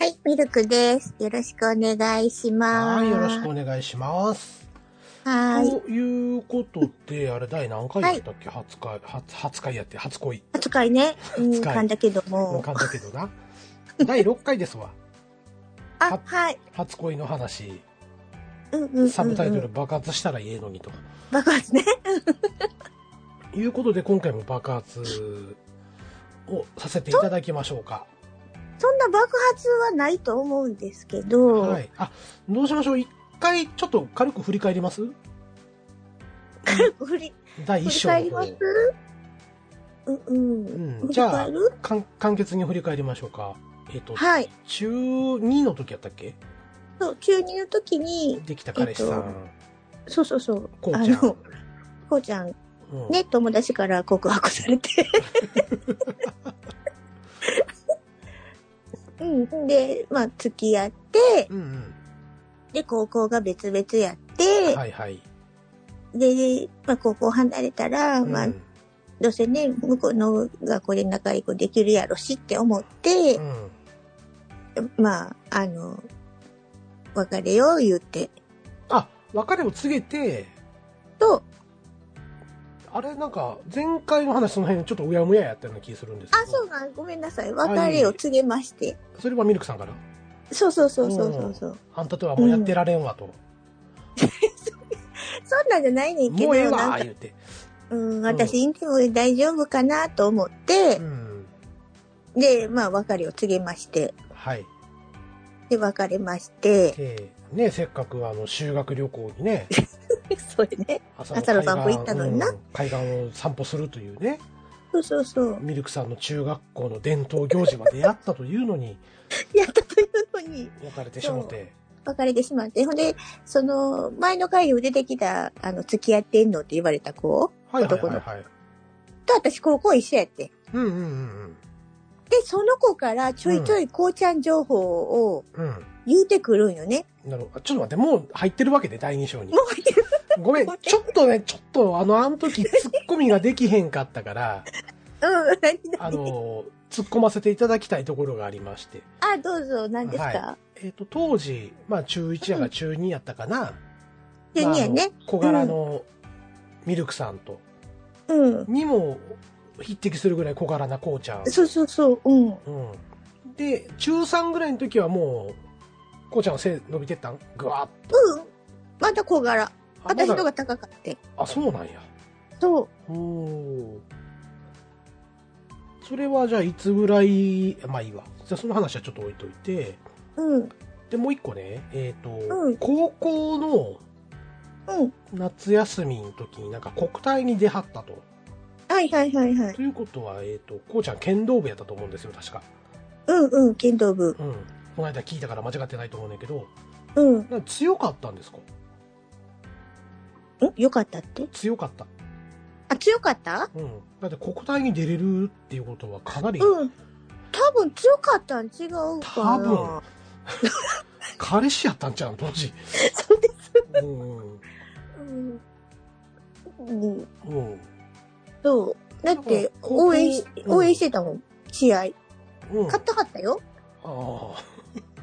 はい、ミルクです。よろしくお願いしま
は
す。
い、よろしくお願いします。と
はい。
いうことで、あれ、第何回やったっけ、初回、初、初回やって、初恋。
扱いね。うん、
扱い
噛んだけど
もう
も。
簡単だけどな。第6回ですわ。
あ、はい。
初恋の話。
うんうんうんうん。
サブタイトル、爆発したらいいのにと。
爆発ね。
いうことで、今回も爆発をさせていただきましょうか。
そんな爆発はないと思うんですけど、
はい。あ、どうしましょう。一回、ちょっと軽く振り返ります
軽く振り、
第
振
1
り
章
返
の方
りますうんうん。
うん
振り
じゃあ
返る
かん簡潔に振り返りましょうか。えっ、と、
はい。
中2の時やったっけ
そう、中二の時に、
できた彼氏さん、
そうそうそう、
こう
あ
ちゃん。
の、こうちゃん、
うん
ね、友達から告白され て。うん。で、まあ、付き合って、
うん
で、高校が別々やっ
うん。
て、
はいはい。
で、まあ、高校離れたら、
うん
まあ、どうせね、向こうの学校で仲良くできるやろしって思って
う、ん
まあ、あの、別れよう言って、
あ、別れを告げて、
と、
あれなんか、前回の話その辺ちょっとうやむややったような気がするんですけど。
あ、そうなん、ごめんなさい。別れを告げまして。
それはミルクさんから。
そうそうそうそうそうそう。
あんたとはもうやってられんわと。
そんなんじゃないねんけ
もうええ
ど、
わ
なん
ー
か、
言って。
うん、私、いつも大丈夫かなと思っ
う
て、
ん。
で、まあ、別れを告げまして、
はい。
で、別れまして、
で、ね、せっかくあの、修学旅行にね、
それね。
朝
朝の散歩行ったのにな
うん海岸を散歩するというね。
そうそうそう。
ミルクさんの中学校の伝統行事までやったという のに
やったというのに、
別れてしもて。
別れてしまって。ほんで、その、前の回に出てきた、あの、付き合ってんのって言われた子
はいはい
男
はい
の
はい。
と私、高校一緒やって。
うんうんうん
で、その子からちょいちょいこうちゃん情報を
うん。うん。
言うてくるんよね。
なるほど。ちょっと待って、もう入ってるわけで、第2章に
も。う入ってる。
ごめん、
ごめん
ちょっとね、ちょっと、あの、あの 時、ツッコミができへんかったから、
うん、 何
あ
何
の、突っ込ませていただきたいところがありまして。
あ、どうぞ、何ですか。
えっ、と、当時、まあ、中1やら中2やったかな。
中二や
まああ
ね
の。小柄のミルクさんと、
うん。
にも匹敵するぐらい小柄なこうちゃん。
そうそうそう、うん。
うん、で中3ぐらいの時はもうこうちゃんは背伸びてったんぐわーっと
うん。まだ小柄。
あ
私の
ま
方
だ
が高かって。
あそうなんや
そう。
おーそれはじゃあいつぐらいまあいいわじゃあその話はちょっと置いといて
うん。
でもう一個ねえっ、と、
うん
高校の
うん。
夏休みの時になんか国体に出はったと
はいはいはいはい。
ということはえっ、とこうちゃん剣道部やったと思うんですよ確か
うんうん、剣道部。
うんこの間聞いたから間違ってないと思うんだけど
うん。ん
なんか強かったんですか
よかったって
強かった
あ、強かった
うん、だって国体に出れるっていうことはかなり、
うん。多分強かったん違うかな。
多彼氏やったんちゃうん当時、
そうで
うん
す。うん。
うん、
そう。だって、応援し、応援してたもん。試合。
うん、あ
勝ったかったよ。
あ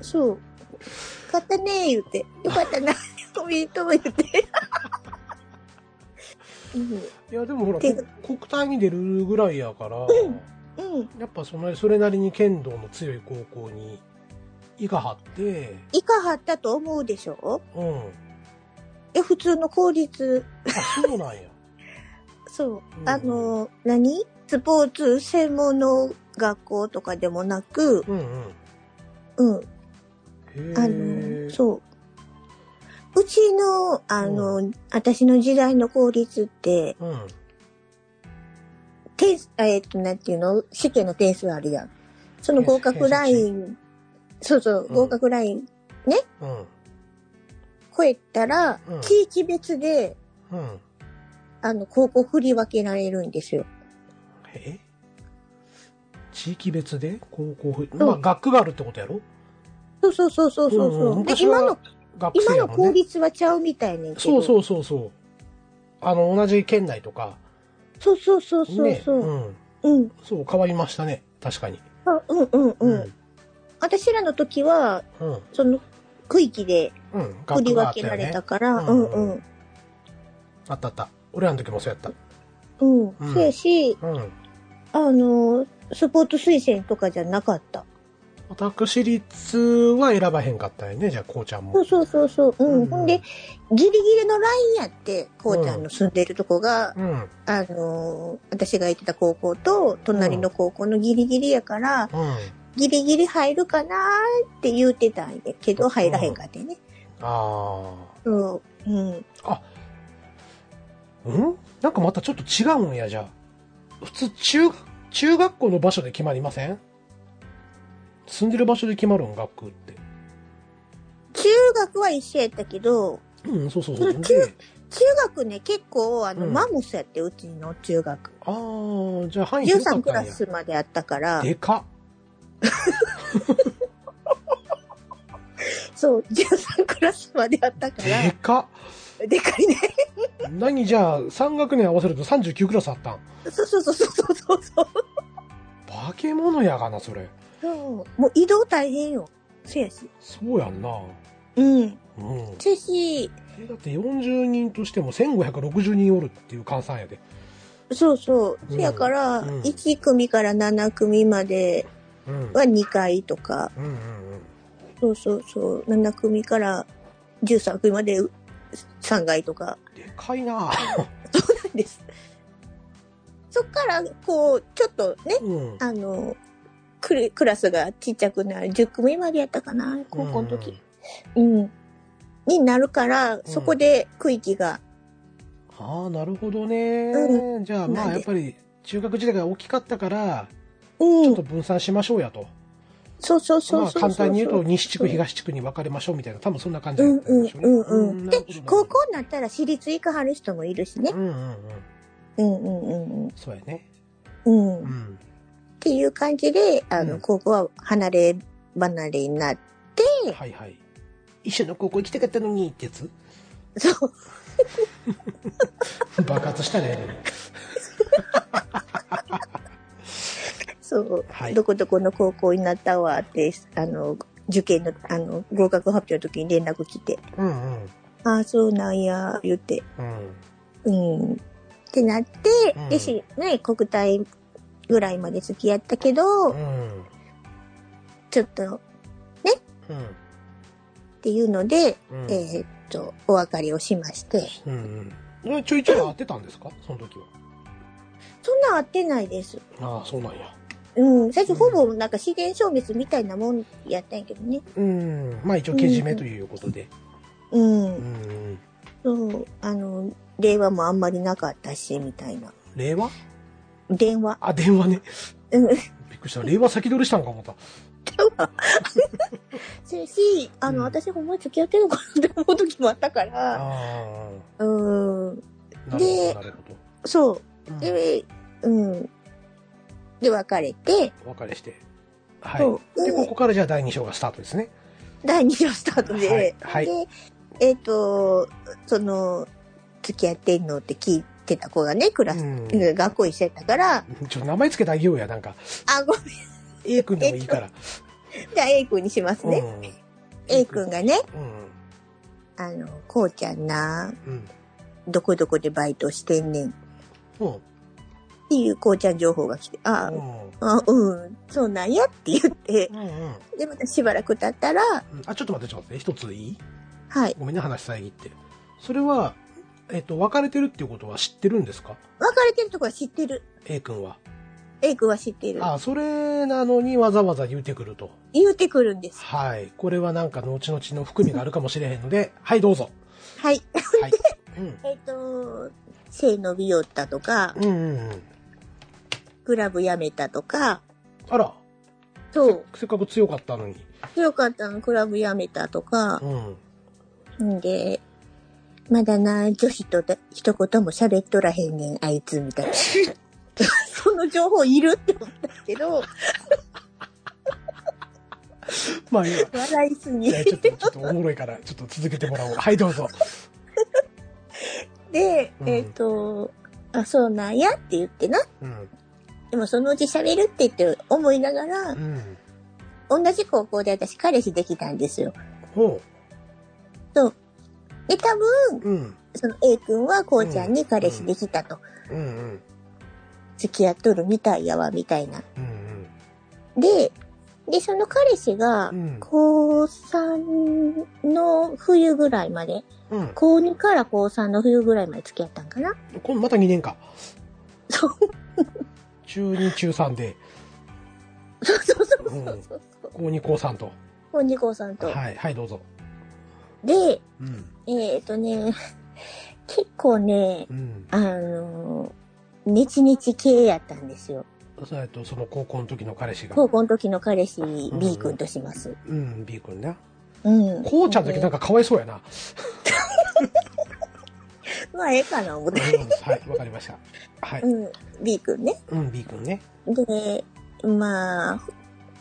そう。買 ったねー言って。よかったな。おめでとう言って。うん。
いやでもほら
て
こ国体に出るぐらいやか
う
ら、
ん。
やっぱそのそれなりに剣道の強い高校にいがはって
いかはったと思うでしょ
うん
え、普通の公立、
あそうなんや
そう
う。ん
あの、何スポーツ専門の学校とかでもなく、
うんう
う
ん
ん。
へ
あ
え
の、そう。うちの、あの、私の時代の公立って、
う、ん、
点数、えっと、なんていうの試験の点数あるやん。その合格ライン、そうそう、
うん
合格ライン
うん
超えたら、
うん
地域別で、
うん
あの、高校振り分けられるんですよ。
え地域別で高校ふ
そう
まあ学区があるってことやろ
そうそうそうそうそう。
うんうん
で
昔は
今の、
学
今
生や
の
も
公
んね
立はちゃうみたいねんけど。
そう
う。
そうそうそうあの同じ県内とか
そうそうそうそう
ね
そう。
うん、
うん。
そう変わりましたね確かに
あうんうん
う
うん。私らの時は、
うん
その、区域で
うん
振り
があ
分
った
け
よ
られ
ね
たから、
学
う
区が
んうん。
あったよねあったあった俺らの時もそうやっ
うん。
うん
そうやし、
たうん
あの、スポーツ推薦とかじゃなかった。
私立は選ばへんかったよねじゃあこうちゃん
そ
も
うそうそうそう。うん。
うん
ほんで、ギリギリのラインやって、こうちゃんの住んでるとこが、
うんうん
あのー私が行ってた高校と、隣の高校のギリギリやから、ギリギリ入るかなーって言うてたんやけど、入らへんかってね。
ああ
そう。うん。
うんなんかまたちょっと違うんやじゃあ普通中中学校の場所で決まりません住んでる場所で決まるん学区って
中学は一緒やったけど、
うんそうそうそう
うん
で
中学ね、結構、あの、
うん
マムスやって、うちの中学。
ああじゃあ範囲広か
13
っ
ク
た
ラ
んや
スまであったから、
でか
そう、13クラスまであったか
で
ら、
か
でかいね。
何じゃあ3学年合わせると39クラスあったん
そうそうそうそうそうそう。
化け物やがなそれ
そうもう移動大変よ。せやし。
そうやんな
うん。
うん
せやし、
えだって40人としても1560人おるっていう換算やで
そうそう
う。ん
せやから、
うん
1組から7組まで
うんうん
は2回とか、
うん
そうそうそう。7組から13組まで3回とか
うんでか いな
なんです。そっから、こう、ちょっとね、
うん
あの、クレクラスがちっちゃくなる10組までやったかな、高校の時。うん。になるから、そこで区域が
ああなるほどね、
う
じゃあま
なん
あ
で
やっぱり中学時代が大きかったからち
う
ょっ
ん
と、分散しましょうやと、
そうそうそうそうそう。
まあ簡単に言うと西地区東地区に分かれましょうみたいな多分そんな感じ
う
だ
ん
ったん
う
で
ん
しょうね、
うんうん。
なる
で
ほどなる、ほ
高
ど
校になったら私立行かはる人もいるしね
う。んうんう
う
ん
んうんうんうん
そうやね
うん。っ
うん
ていう感じで、あ
う
の、
ん
高校は離れ離れになって、
はいはい一緒の高校行きたかったのにってや つ
そう。
爆発したね
そう、
はい
どこどこの高校になったわって、あの、受験の、あの、合格発表の時に連絡来て、
うんうん
ああ、そうなんや、言って、
うん
うん。ってなって、
うん
でし、ね、国体ぐらいまで付き合ったけど、
うん
ちょっと、っ
うん
ていうので、
うん
えーっと、お別れをしまして、
うんうんえちょいちょい会ってたんですかその時は
そんな会ってないです。
ああそうなんや
うん、最
う
初
ん
ほぼなんか自然消滅みたいなもんやったんやけどね。
うんまあ一応けじめということで
う、
うんん、うん、
そう、あの、令和もあんまりなかったし、みたいな。
令和
電話。
あ電話ね
うん、
びっくりした令和先取りしたんか思った
せやし、あの、
うん
私ほんまに付き合ってるのかなって思う時もあったから、
あ
うん、
あなるほ
で
どなるほど
そうう。
ん
で、うん。で、別れて、
お別れしてはい
そうで
でここからじゃあ第2章がスタートですね
第2章スタートで、
はいは
で、えっ、と、その、付き合ってんのって聞いてた子がね、クラス、
うん
うん学校一緒やったから、
ちょっと名前つけてあげようやなんか
あ、ごめん、
A 君でもいいから、
じゃあ A 君にします
うん
ね。A 君がね、
うん
あの、こうちゃんな、
うん
どこどこでバイトしてんねんっ
うん。
ていうこうちゃん情報が来て、あ
う
ー
ん。
あ、うん、そうなんやって言って、
うんうん。
で、またしばらく経ったら、
あ、ちょっと待って、ちょっと待って。一ついい
はい、
ごめんね、話遮って。それは、えっと、別れてるっていうことは知ってるんですか
別れてるとこは知ってる。
?A 君は。
A 君は知ってる。
あ、それなのにわざわざ言うてくると。
言うてくるんです。
はい。これはなんか後々の含みがあるかもしれへんので、 はい、どうぞ。
はい。
はい。 うん。
えっ、と、背伸びよったとか、
うんうんうん。
クラブやめたとか、
あら、
そう、
せっかく強かったのに。
強かったのクラブやめたとか
う、ん。
んで、まだな、女子とだ一言も喋っとらへんねん、あいつ、みたい な。その情報いるって思ったけど、
まあ、いいわ
笑いすぎ
いやちょっと、ちょっとおもろいから、ちょっと続けてもらおう。はい、どうぞ。
で、
うん
えっ、と、あ、そうなんやって言ってな。
うん。
でもそのうち喋るって言って思いなが
う
ら、
ん。
同じ高校で私彼氏できたんですよ。
ほ
で、多分、
う。うん。
その A 君はこうちゃんに彼氏できたと。
うんうん。
付き合っとるみたいやわ、みたいな。
うん
で、で、その彼氏が
う、ん。
高3の冬ぐらいまで、
うん。うん。
高2から高3の冬ぐらいまで付き合ったんかな
今度また2年か。
そう、
中2、中3で、
そうそうそうそうそう。
高2、高3と。
高2高3と。
はい、はい、どうぞ。
で、
うん。
えっ、ー、とね、結構ね、
うん。
あのー、ネチネチ系やったんですよ。
そうやと、その高校の時の彼氏が。
高校の時の彼氏 B 君とします。
うん、B 君ね。
うん。
こうちゃんの時なん
か。
かかわいそうや な。
まあ、ええかな、思っ
うん
て。
はい、わかりました。はい。
うん。B 君ね。
うん、B 君ね。
で、まあ、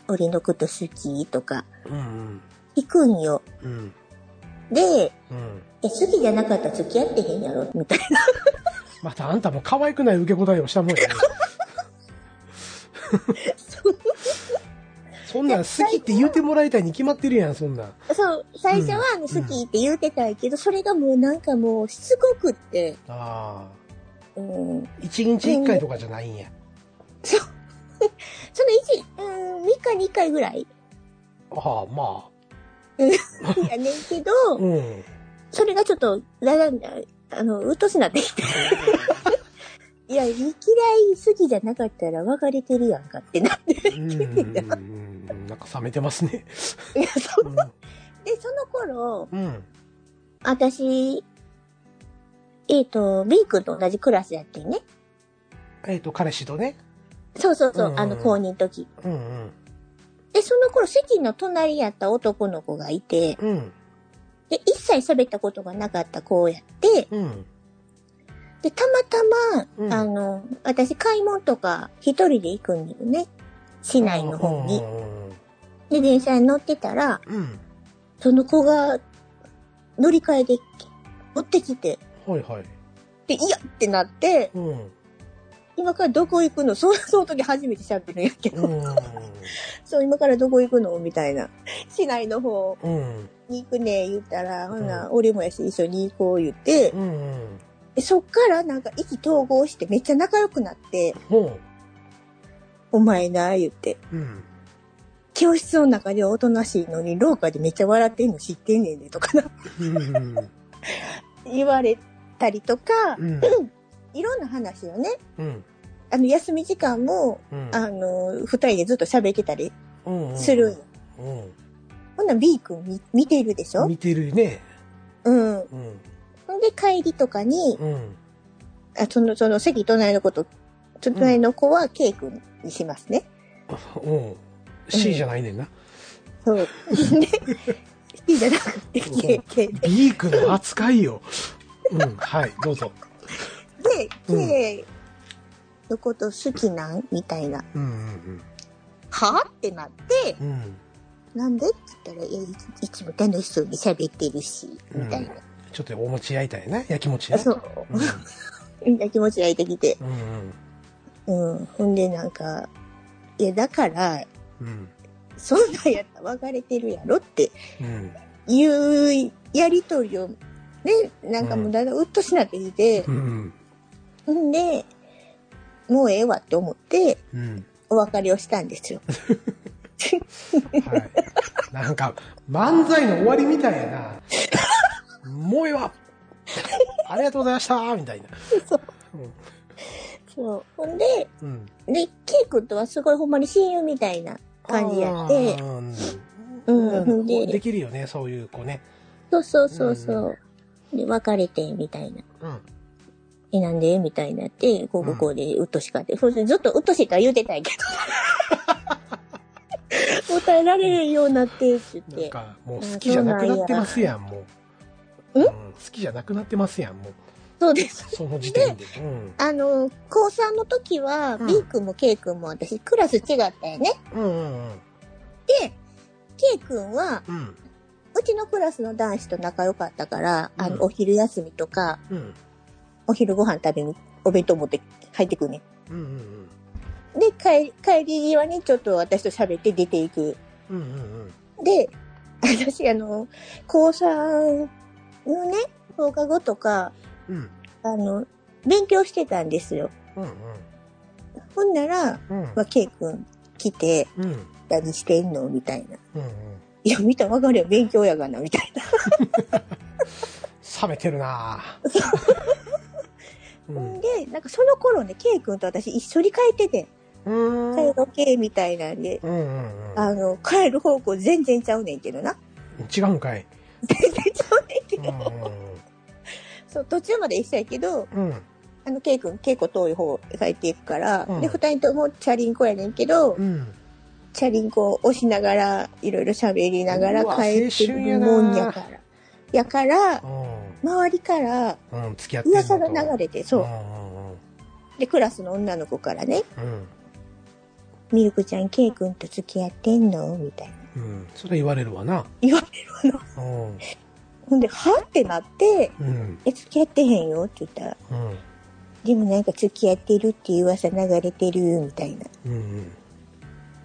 俺のこと好きとか、
うんうん。
聞くんよ。
うん。
で、
うん。
え好きじゃなかったら付き合ってへんやろ、みたいな。
またあんたも可愛くない受け答えを したもんやね。そんなん好きって言うてもらいたいに決まってるやん、そんなん。
そう、最初はあの
う
好
ん
きって言うてたんやけど、それがもうなんかもうしつこくって、
ああ。
うん、
一日一回とかじゃないんや。
その1、うん、3日に1回ぐらい
ああ、ま
やねんけど、
あ。うん。
それがちょっと、だだんだ、あの、うっとうしなってきて。 いや、嫌い好きじゃなかったら別れてるやんかってなって。
うんうんうんうん。なんか冷めてます ね。
いやそう
うん
で、その頃、
うん。
私、えっ、と、B 君と同じクラスやってんね。
えっ、と、彼氏とね。
そうそうそう、
うんうん
あの、公認時。
うんうん。
で、その頃、席の隣やった男の子がいて、
うん。
で、一切喋ったことがなかった子をやって、
うん。
で、たまたま、
うん
あの、私、買い物とか一人で行くんだよね。市内の方に
う。んうん
で、電車に乗ってたら、
うん。
その子が乗り換えで乗ってきて、
うん。はいはい。
で、いやってなって、
うん。
今からどこ行くのそう、 その時初めて喋るんやけ
う
ど、
ん。
そう、今からどこ行くのみたいな。市内の方
うん。
に行くね、言ったら、ほ
う
な、俺もやし一緒に行こう言って
う、んうん。
でそっからなんか意気統合してめっちゃ仲良くなって、
ほ
お前な、言って。
う。うん。
教室の中ではおとなしいのに、廊下でめっちゃ笑ってんの知ってんねんで、とかな、
うん。
言われたりとか、
うん。
いろんな話をね、
うん。
あの、休み時間も、
うん。
あの、二人でずっと喋ってたり
うん
するんよ。
うん。
ほんなら B 君見見ているでしょ
見てるね。
うん。
うん。
ほんで帰りとかに、
うん。
あその、その席隣の子と、隣の子は K 君にしますね。
うん。C じゃないねんな。
そう。で、C じゃなくて K、K で。
B 君の扱いよ。うん。はい、どうぞ。
で、
うん
K のこと好きなんみたいな。
うんうん
はってなって、
うん。うん。
なんでって言ったら、いや、いいつも楽しそうに喋ってるし、みたいな。
ちょっとお餅焼いたいな。焼き餅ね。
そう。
う
みんな気持ちがいてきて。
ん。うん
うん。ほんでなんか、いや、だから、
うん。うん。
そんなんやったら別れてるやろって
うん。
いうやりとりをね、なんかもうだいだいうっとしなきゃいいで
う、ん。
んで、もうええわって思って、
うん。
お別れをしたんですよ。
はい。なんか、漫才の終わりみたいやな。もうええわありがとうございましたみたいな。
そう。 そう。ほんで、
うん。
で、ケイ君とはすごいほんまに親友みたいな感じやって、
うん。
うん
うん
で
できるよね、そういう子ね。
そうそうそうそう。で、別れて、みたいな。
うん。
え、なんでみたいになって、こうこうこうでうっとしかって。そうするとずっとうっとしいとは言うてたんや けど。答えられへんようになって、って言っ
なん
て。
か、もう好きじゃなくなってますやん、もう。
ん
うん、好きじゃなくなってますやん、もう。
そうです。
その時点で。うん。
あの、高3の時は、
うん
B 君も K 君も私、クラス違ったよね。
うんうんうん。
で、K 君は、
うん。
うちのクラスの男子と仲良かったから、あの、
うん
お昼休みとか、
うん。
お昼ご飯食べに、お弁当持って入ってくるね。
うんうん
で、帰帰り際にちょっと私と喋って出ていく。
うん。うんうん
で、 私、あの、高3のね、放課後とか、
うん。うん。
あの、勉強してたんですよ。
うん
ほんなら、
うん。うん
まあ、ケイ君来て、
うん。
何してんのみたいな。
うんうん。
いや、見たらわかるよ。勉強やがな、みたいな。
冷めてるなぁ。う
ほん
ん。
で、なんかその頃ね、ケイ君と私一緒に帰ってて、
うーん。
帰ろけ、みたいなんで、
うんうんうん。
あの、帰る方向全然ちゃうねんけどな。
違うんかい。
全然ちゃうねんけ
うん
ど。そう、途中まで一緒やけど、
うんうん。
あの、ケイ君結構遠い方帰っていくから、
うん
で、二人ともチャリンコやねんけど、
うん。うん。
チャリンコを押しながら、いろいろ喋りながら
うわ
帰ってくるもんやから。やから、周りから
うん。うん。付き合ってんのと
噂が流れて、そうう。
んうん
で、クラスの女の子からね、
うん。
ミルクちゃん、ケイ君と付き合ってんのみたいな。
うん。うん。それ言われるわな。
言われるの。
うん。
ほんで、はってなって、
うん。
え、付き合ってへんよって言ったら、
うん。
でもなんか付き合ってるっていう噂流れてる、みたいな。
うん。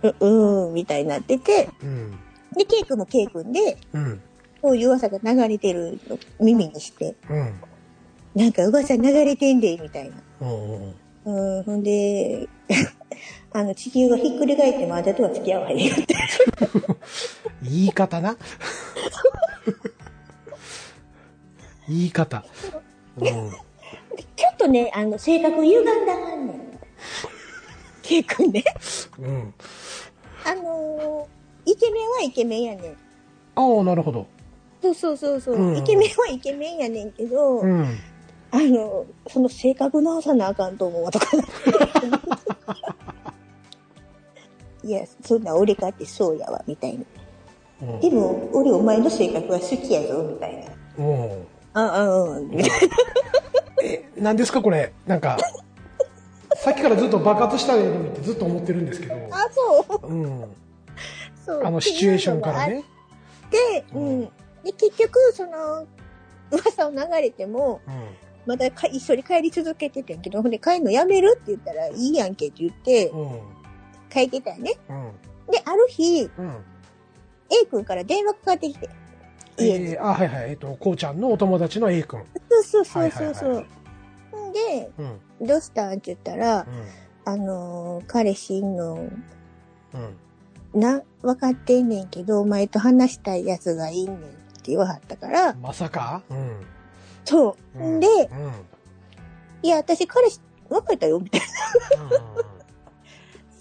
う、うーん、みたいになってて、
うん。
で、ケイ君もケイ君で、
うん。
そういう噂が流れてるの耳にして、
うん。
なんか噂流れてんで、みたいな。
うん。
うん、ほんで、 あの、地球がひっくり返ってもあんたとは付き合わへんよって。
言い方な。 言い方。うん。
ちょっとね、あの、性格歪んだはんねん。結構 ね、
うん。
あのーイケメンはイケメンやねん。
ああ、なるほど。
そうそうそうそう、
うん
イケメンはイケメンやねんけど、
うん。
あの、その性格直さなあかんと思うわとか。 いや、そんな俺かってそうやわ、みたいな。
うん
でも、俺お前の性格は好きやぞ、みたいな。
うん。
あ、うん、うん、みたい
え、何ですかこれ。なんか、さっきからずっと爆発したらいいのにってずっと思ってるんですけど。
な。あ、そう。
うん。
そう。
あのシチュエーションからね。
で、
う
うんん。で、結局、その、噂を流れても、まだか一緒に帰り続けててんけど、ほんで帰るのやめるって言ったら、いいやんけって言って
う、ん。うん。
帰ってたよね。
うん。
で、ある日、
うん。
A 君から電話かかってきて、家に。
えー、あ、はいはい。えっと、こうちゃんのお友達の A 君。
そうそうそうそうそ。
はいはいう
ほんで、
うん。
どうしたんって言ったら、あのー彼氏いんの、
うん。うん。
な、分かってんねんけど、お前と話したいやつがいいねんって言わはったから、
まさかうん。
そうう。
ん
んで、
うん。うん
いや、私彼氏、別れたよ、みたいな。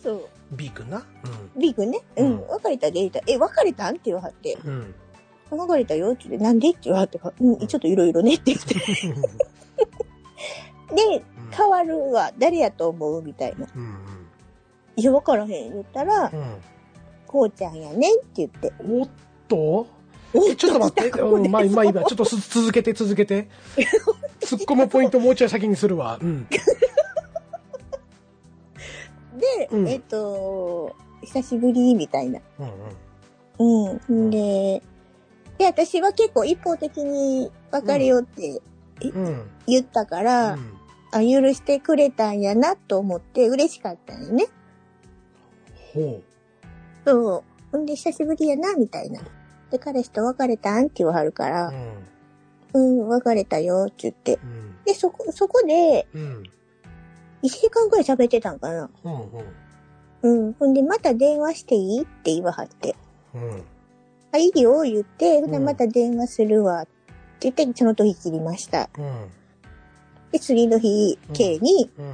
そう。
B 君な。
B 君ね。う
うん
ん。別れたで、言うたらえ、別れたんって言わはって。
うん。 うん。
別れたよって言って、なんでって言わはってか、うん、ちょっといろいろねって言って。で、変わるは誰やと思うみたいな。
うんうん
いや、わからへん。言ったら
う、ん。
こうちゃんやねんって言って。
おっとえちょっと 待って。うんまあ、まあ、今、ちょっとす続けて、続け て。突っ込むポイントもうちょい先にするわ。うん。
で、
うん
えっと、久しぶりみたいな。
うん
うん。で、で、私は結構一方的に別れようって
うん。うん。
言ったから、
うん
あ、許してくれたんやなと思って嬉しかったんよね。
ほ
そう。ほんで、久しぶりやな、みたいな。で、彼氏と別れたんって言わはるか
う。
ら
う、ん。
うん、別れたよ、って言って。
うん。
で、そこ、そこで、
うん。
1時間くらい喋ってたんかな。
うん。
うん。ほんで、また電話していいって言わはって。
うん。うん。
あ、いいよ、言って、ほんで、
うん
また電話するわ。って言って、その時切りました。
うん。
で、次の日
うん、
K に、
うん。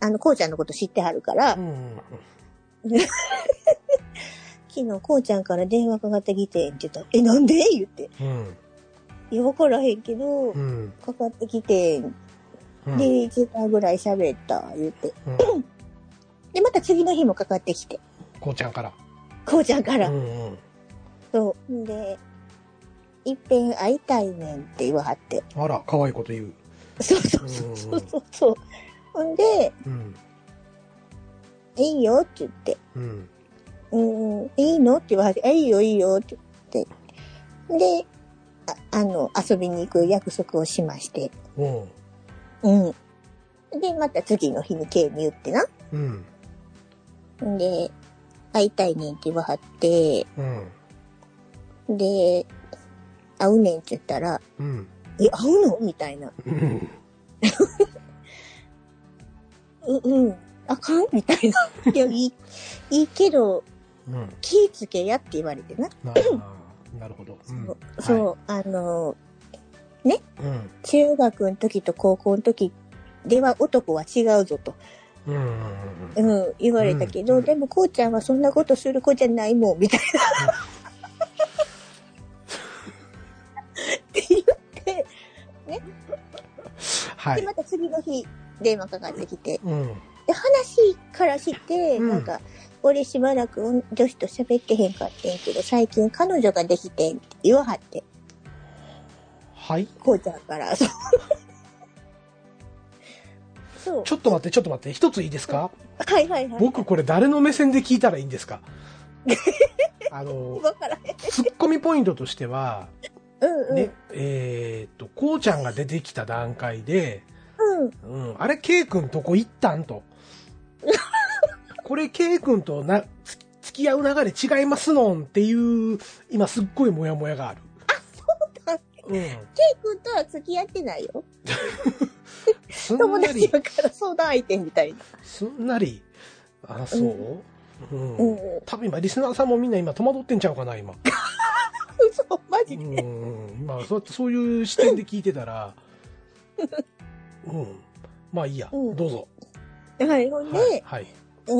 あの、こうちゃんのこと知ってはるから
う、ん。
昨日こうちゃんから電話かかってきて、って言ったら、え、なんで言って。
うん。
いや、わからへんけど、
うん。
かかってきて、で、
うん。
1時間ぐらい喋った、言って。
うん
で、また次の日もかかってきて、
こうちゃんから。
こうちゃんから。
うん。うん。
そう。んで、いっぺん会いたいねんって言わはって。
あら、可愛いこと言う。
そうそうそうそうそうそう。ほんで、
うん。
いいよって言って、
うん。
うんうん、いいのって言わはって、あいいよいいよって言って。で、ああの、遊びに行く約束をしまして。
うん。
うん。で、また次の日に K に言ってな。
うん。
んで、会いたいねんって言わはって、
うん。
で、会うねんって言ったら、
うん。
え、会うのみたいな。
うん。
う、うん。あかんみたいな。 いや、いい、いいけど、
うん。
気ぃつけやって言われてな。
なあなるほど。うん
そうそう、あの、
はいうん。
中学の時と高校の時では男は違うぞと、
うん。うんうんうん
うん、言われたけど、
うん
でもこうちゃんはそんなことする子じゃないもん、みたいな。って言って、
は
で、
い。
また次の日、電話かかってきて、
うん。
で話からして、
うん
なんか、俺しばらく女子と喋ってへんかってんけど、最近彼女ができてんって言わはって、
はい。
こうちゃんから。そう。そう
ちょっと待って、ちょっと待って。一ついいですか
はいはいはい。
僕これ誰の目線で聞いたらいいんで すかあの、
わからへん。
ツッコミポイントとしては、
うんうん
ね、えーっと、こうちゃんが出てきた段階で、
うん。
うん、あれ、K 君とこ行った んと。これ、K 君とな、つ付き合う流れ違いますのんっていう、今すっごいモヤモヤがある。
だ
うん。
ケイ君とは付き合ってないよ。
す ん
友
な
達
り、
だから相談相手みたいな。
すんなり、あ、そう、うん、
うんうん
多分今、リスナーさんもみんな今戸惑ってんちゃうかな、今。
嘘、マ
う
ジで。
ん。まあ、そうやってそういう視点で聞いてたら、うん。まあいいや、
うん
どうぞ。
はい、ほんで、
はい。はい。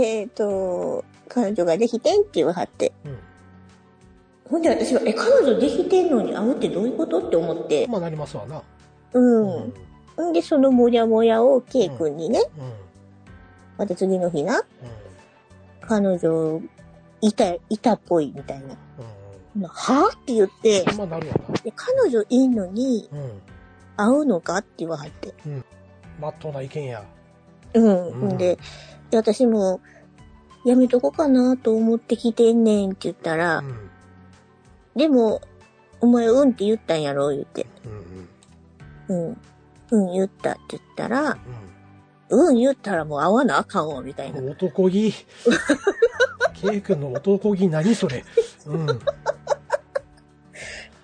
えっ、と、彼女ができてんって言わはって。
うん。
ほんで私は、え、彼女できてんのに会うってどういうことって思って。
まあなりますわな。
うん。んで、そのモヤモヤをケイ君にね、
うん。
また次の日な、
う
彼女、いた、いたっぽいみたいな。
ん。
まあはぁって言って、
うん。まあなるわ
で彼女いいのに
な。うん。
会うのかって言わはって。
まっとうな意見や。
うん。
うん
で、で私も、やめとこうかなと思ってきてんねんって言ったら、
うん。
でも、お前うんって言ったんやろ言って。
うん。うん。
うん。うん言ったって言ったら、
うん。
うん言ったらもう会わなあかんわ、みたいな。
男気。 ケイ君の男気何それ。うん。うん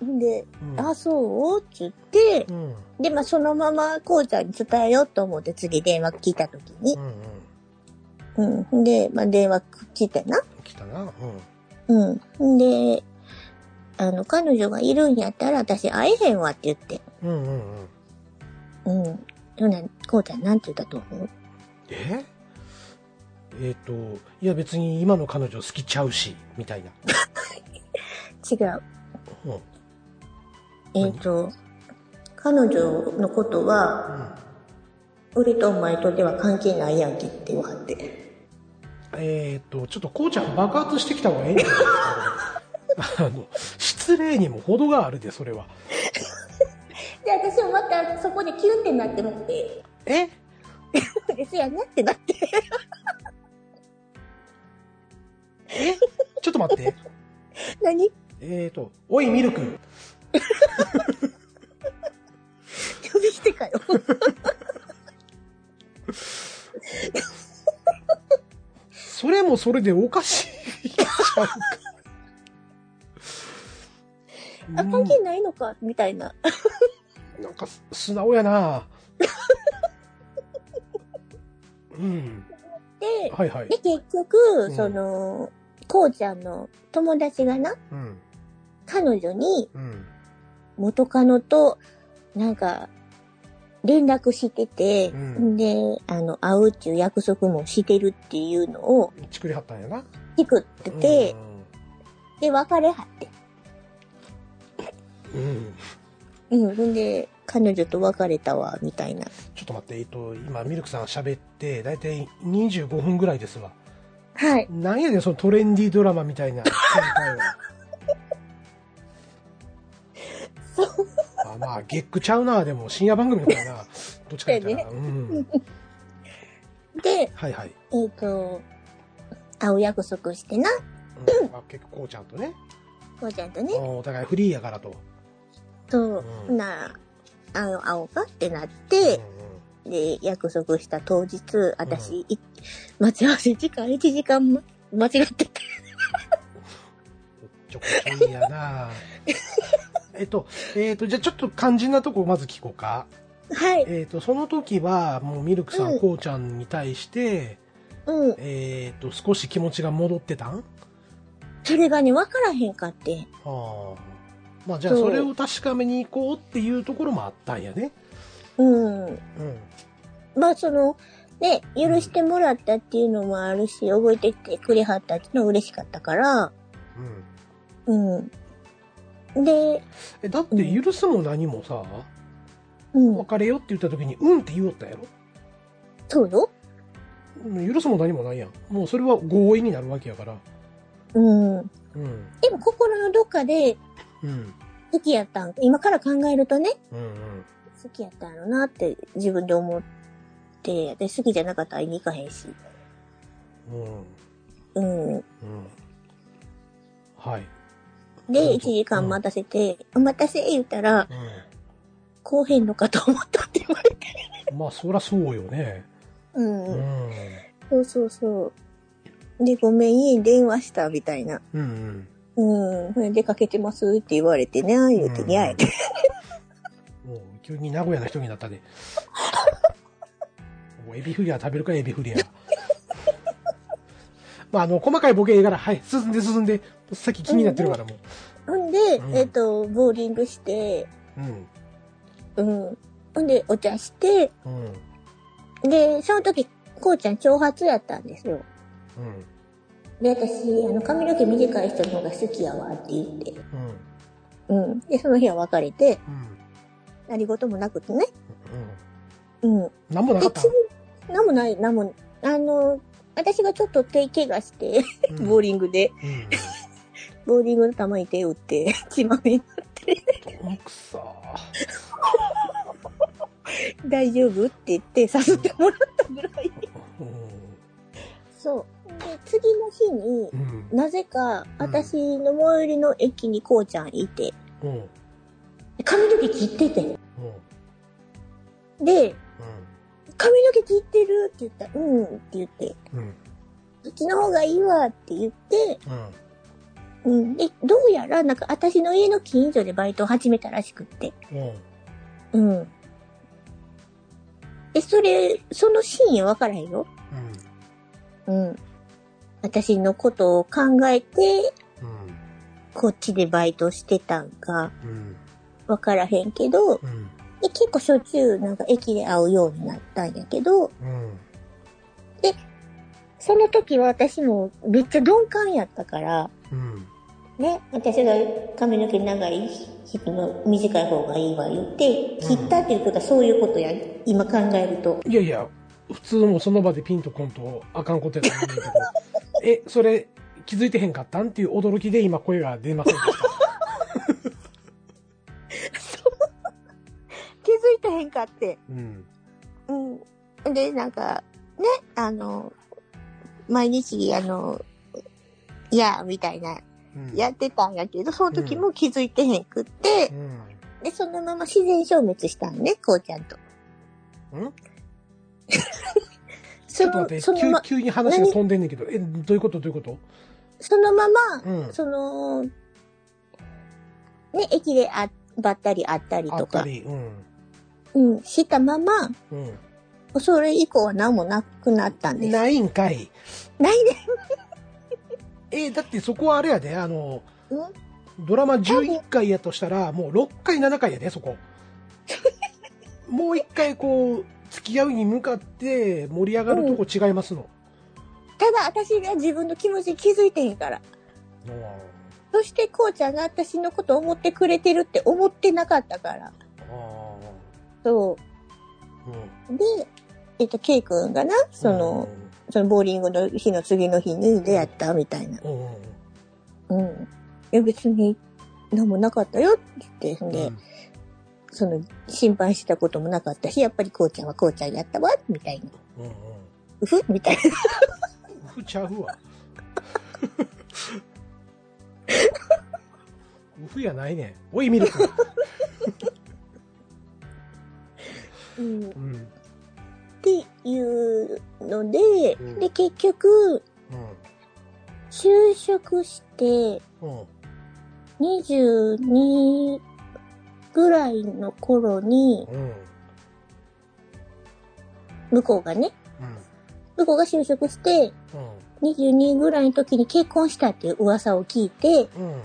で、あ、そうって言って、
うん。
で、まあ、そのままこうちゃんに伝えようと思って次電話来た時に
う、ん。うん。
うん。で、まあ、電話来てな。
来たな。うん。
うん。で、あの、彼女がいるんやったら私会えへんわって言って。
うんうんうん。
うん。ほな、こうちゃんなんて言ったと思う
ええっ、と、いや別に今の彼女好きちゃうし、みたいな。
違う。
うん。うん。
えっ、と、彼女のことは、俺とお前とでは関係ないやんけって言わはって。
えっ、と、ちょっとこうちゃん爆発してきた方がええんじゃないですかこれあの、失礼にも程があるで、それは。
で、私もまたそこでキュンってなってもって、
え
そうですやなってなって。
えちょっと待って。
何呼
えっ、と、おい、ミルク。
びきてかよ。
それもそれでおかしいじゃんか。
あ、関係ないのか、みたいな。
なんかす素直やなうん。
で、
はいはい
で、。結局、
うん
その、こうちゃんの友達がな、
うん。
彼女に
うん。
元カノと、なんか、連絡してて、
うん
で、あの、会うっていう約束もしてるっていうのを、
ちくりはったんやな。
チクってて、で、別れはって。
うん、うん。
うん、ほんで、彼女と別れたわ、みたいな。
ちょっと待って、えっと、今、ミルクさん喋って、だいたい25分ぐらいですわ。
はい。
なんやねん、そのトレンディードラマみたいな展開は。
そう。
あまあ、ゲックちゃうな、でも、深夜番組の方やな。どっちか言ったら。
だ
うん。
で、
はいはい。
えっ、と、会う約束してな、
うん、あ結構、こうちゃんとね。
こうちゃんと
あ
ね、
お互いフリーやからと。
と、
うん
なあ、会おう、会おうかってなって、で、約束した当日、私、い待ち合わせ時間1時間、ま、間違って た。
ちょこちょいやなえっと、えっと、じゃあちょっと肝心なとこまず聞こうか。
はい。
えっと、その時は、もうミルクさん、
うん
こうちゃんに対して、
うん。
えっと、少し気持ちが戻ってたん
それがね、わからへんかって。
はあ。まあ、じゃあそれを確かめに行こうっていうところもあったんやね。
うん。
うん。
まあ、その、ね、許してもらったっていうのもあるし、覚えててくれはったっていうのは嬉しかったから、
うん。
うん。で、
え、だって許すも何もさ、
うん、
別れよって言った時に、うんって言おったやろ
そうよ。
うん許すも何もないやん。もうそれは合意になるわけやから。
うん。
うん。
でも心のどっかで
うん。
好きやったん、今から考えるとね、
うん
好きやったんやろなって自分で思って、で、好きじゃなかったら会いに行かへんし。
うん。うん。
うん。
うん。はい。
で、
うん
1時間待たせて、お待たせ言ったら、
う
後編のかと思ったって言われて。
ん。まあ、そらそうよね。
う。
うんん。
そうそうそう。で、ごめん、家に電話した、みたいな。
うんうん。
うん。それでかけてますって言われてね、言うてに会えて。
もう、急に名古屋の人になったで。もうエビフリア食べるか、エビフリア。まあ、あの、細かいボケええから、はい、進んで進んで、さっき気になってるからも
ほんで、
うん
えっ、と、ボーリングして、
う。うん。
うん。ほんで、お茶して、
うん。
で、その時、こうちゃん長髪やったんですよ。
うん。
で、私、あの、髪の毛短い人の方が好きやわって言って。
うん。
うん。で、その日は別れて、
うん。
何事もなくてね。
うん。
うん。
なんもなか
で、
った
次。、なんもない、なんも、あの、私がちょっと手怪我して、
う ん
ボーリングで、
うん
ボーリングの球に手打って、 血まみれになって、
どんくさ
大丈夫って言って、させてもらったぐらい。
う
そう。で、次の日に、
ん。うん。
なぜか、私の最寄りの駅にこうちゃんいて、
うん。うん。
髪の毛切ってて。で、髪の毛切ってるって言ったら、うんって言って、
うん。
そっちの方がいいわって言って、
うん。
うん。で、どうやら、なんか私の家の近所でバイトを始めたらしくって。
うん。
うん。で、それ、そのシーンは分からへんよ。
うん。
うん。私のことを考えて、
うん。
こっちでバイトしてたんか、
うん。
分からへんけど、
うん。
で、結構しょっちゅうなんか駅で会うようになったんやけど、
うん。
その時は私もめっちゃ鈍感やったから、
うん。
ね、私が髪の毛長い人の短い方がいいわ言って、切ったっていうことはそういうことや、今考えると。
いやいや、普通もうその場でピンとコンとあかんことやと思うん だけど、え、それ気づいてへんかったんっていう驚きで今声が出ませんでした。
気づいてへんかって。
うん。
うん。で、なんか、ね、あの、毎日、あの、いや、みたいな、
うん。
やってたんやけど、その時も気づいてへんくって
う、ん。
で、そのまま自然消滅したんね、こうちゃんと。
ん
そ
ちょっと
の
待っ、
そ
て、
の
急
ま、
急に話が飛んでんねんけど、え、どういうことどういうこと
そのまま、
うん。
その、ね、駅であばったり会ったり
あ
と
った
か、
り、うん。
うん、したまま、
うん。
それ以降は何もなくなったんです。
ないんかい。
ないね。
えーだってそこはあれやで、あの、
うん
ドラマ11回やとしたら、もう6回、7回やで、そこ。もう1回、こう、付き合うに向かって盛り上がるとこ違いますの。
ただ私が自分の気持ちに気づいてへんから。
うん
そしてこうちゃんが私のこと思ってくれてるって思ってなかったから。
あ
そ
ーうん
う。で、えっと、ケイ君がな、その、、そのボーリングの日の次の日に出会ったみたいな。
うんうんうん
うん。いや別に何もなかったよって言って、んで、
うん
その心配したこともなかったし、やっぱりこうちゃんはこうちゃんやったわ、みたいな。
うんうん
うふみたいな。
ふちゃうわ。うふやないねん。おい、ミルク。
うん。っ
うん。
ていうので、
うん
で、結局、
うん。
就職して
うん。
22ぐらいの頃に、
うん。うん。
向こうがね、向こうが就職して、22ぐらいの時に結婚したっていう噂を聞いて、
うん。うん。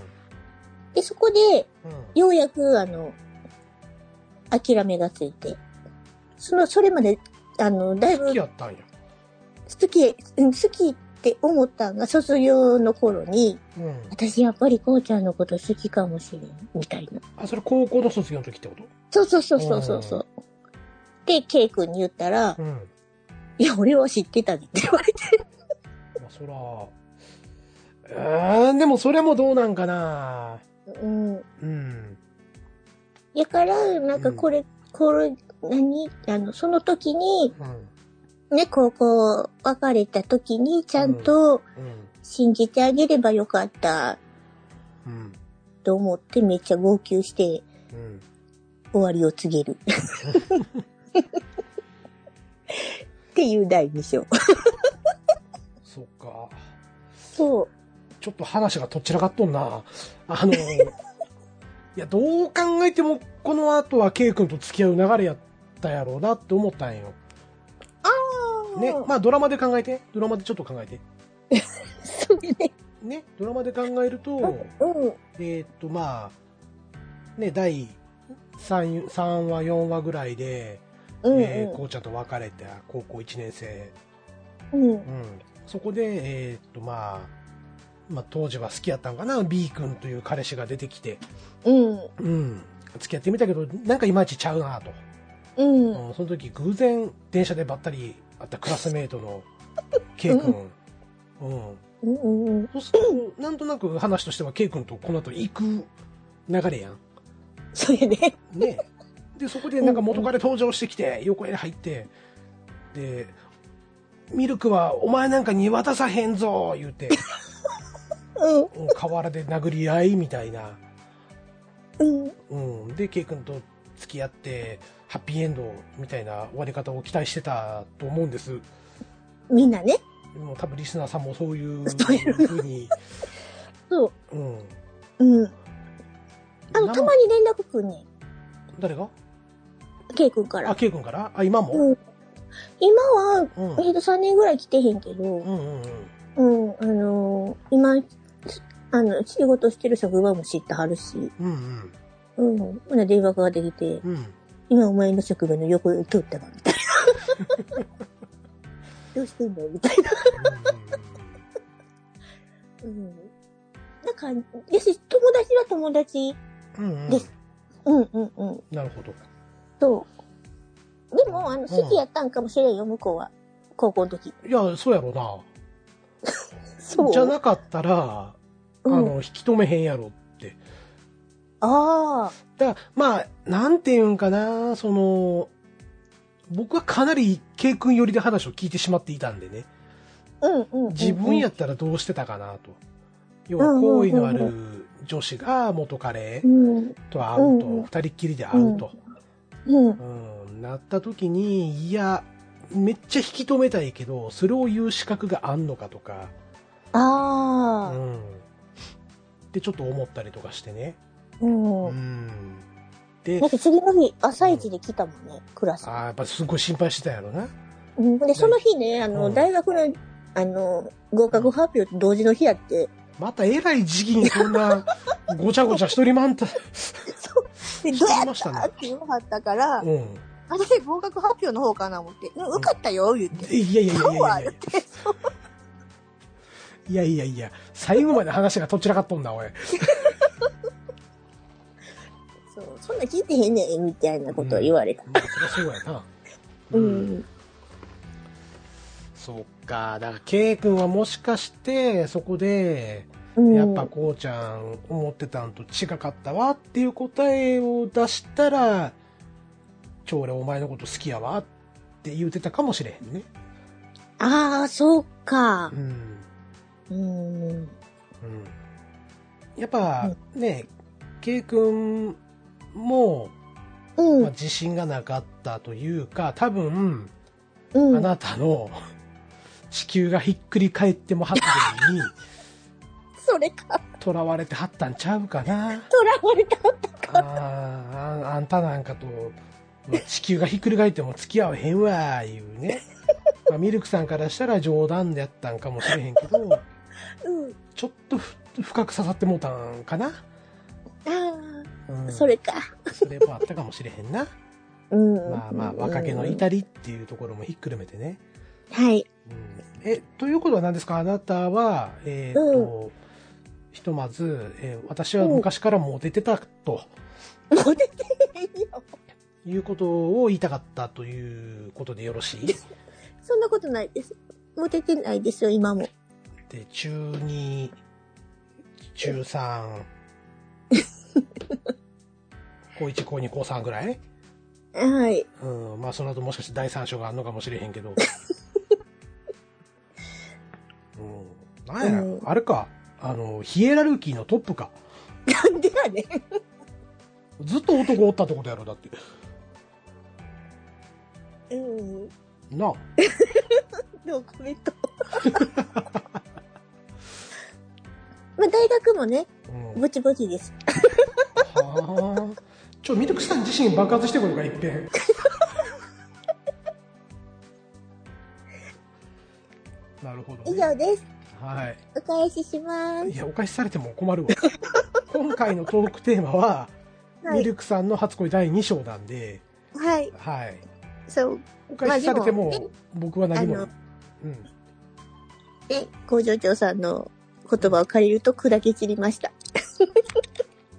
で、そこで、
うん。
ようやく、あの、諦めがついて。その、それまで、あの、だいぶ
好きやったんや。
好き、うん好きって思ったんが、卒業の頃に、
うん。
私やっぱりこうちゃんのこと好きかもしれん、みたいな。
あ、それ高校の卒業の時ってこと
そうそうそうそうそうそう。で、ケイ君に言ったら、
うん。
いや、俺は知ってたでって言われて。
まあ、そら、えー、でもそれもどうなんかな
うん。
うん。
やから、なんかこれ、これ、何あの、その時に、
うん。
ね、高校別れた時に、ちゃんと
うん。
信じてあげればよかった。
うん。
と思ってめっちゃ号泣して
うん。
終わりを告げ る。っていう第二章。
そっか。
そう。
ちょっと話がとっちらかっとんな。あの、いや、どう考えても、この後は K 君と付き合う流れやったやろうなって思ったんよ。ね。まあ、ドラマで考えて。ドラマでちょっと考えて。
そうね。
ね。ドラマで考えると、
うん。
えーっと、まあ、ね、第 3, 三話、4話ぐらいで、
うん、
えーこうちゃんと別れた高校1年生、
うん。う。
うんん、そこで、えーっと、まあ、まあ、当時は好きやったんかな、B 君という彼氏が出てきて、
うん。
うん、付き合ってみたけど、なんかいまいちちゃうなと、
うん。
うんその時偶然、電車でばったり会ったクラスメートの K 君、うん、
うん。うん。
そうすると、なんとなく話としては K 君とこの後行く流れやん。
そうやね。
ねでそこでなんか元彼登場してきて横へ入ってで「ミルクはお前なんかに渡さへんぞ」言うて
うん。
うん河原で殴り合いみたいな、
うん。
うん、で K 君と付き合ってハッピーエンドみたいな終わり方を期待してたと思うんです
みんなね。
もう多分リスナーさんもそういう
そういう
ふうに、
そ
うん、
う。うん。あの、
な
たまに連絡くんね。
誰が
ケイ君か
あ
ら。
K 君からあ今も、
うん。今は、
うん、うん
えっと3年ぐらい来てへんけど、
うんうん
うん、あのー今、あの、仕事してる職場も知ってはるし、
うんうん
うん、ほな電話ができて、
うんうん
今お前の職場の横を通ったわ、みたいな。 どうしてんのみたいな。うん。なんか、やし、友達は友達。
うんうん
ですうんうんうん。
なるほど
そう。でも、あ
うん
の、好きやったんかもしれんよ、向こうは。高校の時。
いや、そうやろな。
そう。
じゃなかったら、
うん
あの、引き止めへんやろって。
ああ。
だから、まあ、なんていうんかな、その、僕はかなり K 君寄りで話を聞いてしまっていたんでね。
うんうんうん、うん。
自分や。ったらどうしてたかなと。要
うんう
は、
んうん
好
うん
意のある女子が元彼
うん。
と会う
うんうん
と、二人っきりで会うと、
うん。
うんなった時に、いや、めっちゃ引き止めたいけど、それを言う資格があんのかとか、
ああ。
うん。ってちょっと思ったりとかしてね。
うん。
うん。で
だっ、て次の日、朝一で来たもんね、クラス
あ。ーやっぱすごい心配してたんやろね。
うん、で、その日ね、あの、
うん
大学の、あの、合格発表と同時の日やって、
またえらい時期にそんな、ごちゃごちゃしとりまん た。
で、
知
どう
っ
や
て
っ
ましたね
たって言わはったから、
うん。
あれ合格発表の方かな思って、うん受かったよ、言って。
いやいやいやい
そ
やい
う
や
はい言
や
っ。て、そう
いやいやいや、最後まで話がとっちらかっとんだ、おい。
そう、そんな聞いてへんねん、みたいなことを言われた。
まあ、そりゃそうやな。
うん。
そっか。だから、ケイ君はもしかして、そこで、
うん
やっぱこうちゃん思ってたんと違かったわっていう答えを出したら、ちょ、俺お前のこと好きやわって言うてたかもしれへんね。
ああ、そうか
う。ん。
うん。
うん。やっぱ、ね、ケイ君も、
う
まあ、
ん。
自信がなかったというか、多分、
う
あ
ん。
なたの地球がひっくり返っても発言に
それか。
囚われてはったんちゃうかな。
とらわれたった
あーああんたなんかと、まあ地球がひっくり返っても付き合わへんわ、いうね。まあ、ミルクさんからしたら冗談でやったんかもしれへんけど、
うん。
ちょっとふ深く刺さってもうたんかな。
あ
う
あ、
ん、
それか。
それもあったかもしれへんな。
うん。
まあまあ、若気の至りっていうところもひっくるめてね。
はい。
うんえ、ということは何ですかあなたは、えーっと、ひとまず、えー私は昔からモテてたと
モテてへんよ。
いうことを言いたかったということでよろしい
そんなことないです。モテてないですよ、今も。
で、中2、中3、高1、高2、高3ぐらい
はい。
うん、まあその後もしかして第3章があるのかもしれへん けど。うん、なんや、
うん
あれか、あの、ヒエラルキーのトップか。
なんでやねん。
ずっと男おったってことやろだって
うん。
なあ
ノーコメン ト。まあ、大学もね、
うん
ぼちぼちです。
はあちょミルクさん自身爆発してこるからいっぺ んなるほど、
以
ね、
上です。
は
お返ししま
い
す
い。やお返しされても困る わ今回のトークテーマは、
は
ミ
い。
ルクさんの初恋第2章なんで
はい。
はい
そう。
お返しされて
ま
も
あでも
僕は何も、
あの
うん
で、工場長さんの言葉を借りると砕け散りました。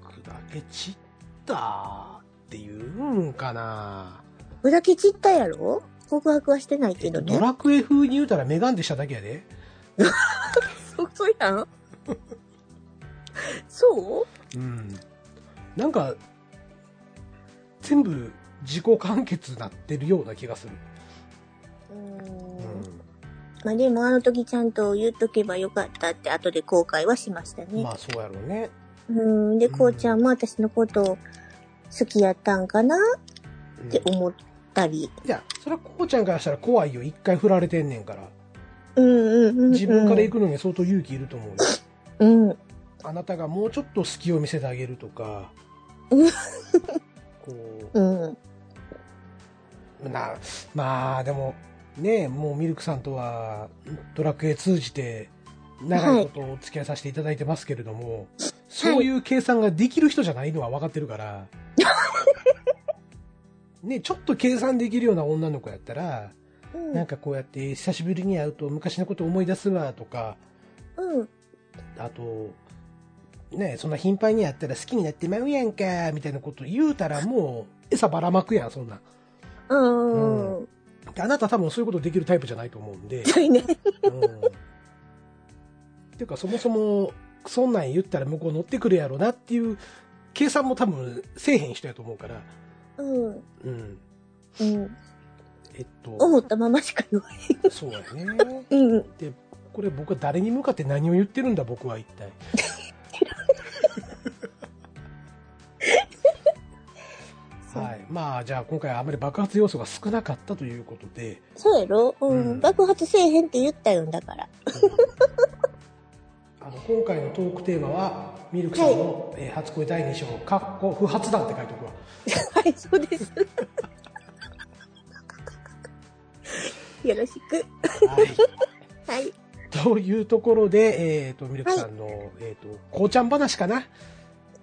砕け散ったっていうんかな
砕け散ったやろ告白はしてない
え
け
っと
ど
ド
ね。
ラクエ風に言うたらメガンでしただけやで。
そうやんそう
うん。なんか、全部自己完結なってるような気がする。
うー。
うんん。
まあでもあの時ちゃんと言っとけばよかったって後で後悔はしましたね。
まあそうやろうね。
うん。で、
うん
こうちゃんも私のことを好きやったんかな
うん、
って思ったり。
いや、それはこうちゃんからしたら怖いよ。一回振られてんねんから。
うんうんうん、うん。
自分から行くのに相当勇気いると思うよ。
うん。
あなたがもうちょっと隙を見せてあげるとか
うん。
こ
うん。
う、な、まあでも、ねもうミルクさんとはドラクエ通じて長いことお付き合いさせていただいてますけれども、そういう計算ができる人じゃないのは分かってるから、ね、ちょっと計算できるような女の子やったら、
うん
なんかこうやって久しぶりに会うと昔のこと思い出すわとか、
うん。
あと、ね、そんな頻繁にやったら好きになってまうやんか、みたいなこと言うたらもう餌ばらまくやん、そんなん。
うん。
であなた多分そういうことできるタイプじゃないと思うんで。
いね。
うんていうかそもそもそんなん言ったら向こう乗ってくるやろなっていう計算も多分せえへん人やと思うから、
うん。
うん、
うん。
えっと、
思ったまましか言わ
そうやね。
へん。うん。
で、これ僕は誰に向かって何を言ってるんだ僕は一体。はい、まあじゃあ今回はあまり爆発要素が少なかったということで、
そうやろ、うん、
うん
爆発せえへんって言ったよんだから。
うんあの今回のトークテーマはミルクさんの、えー初恋第2章「かっこ不発弾」って書いておくわ
はい、そうです。よろしく。
はい
はい。
というところで、えー、とミルクさんの、えー、とこうちゃん話かな、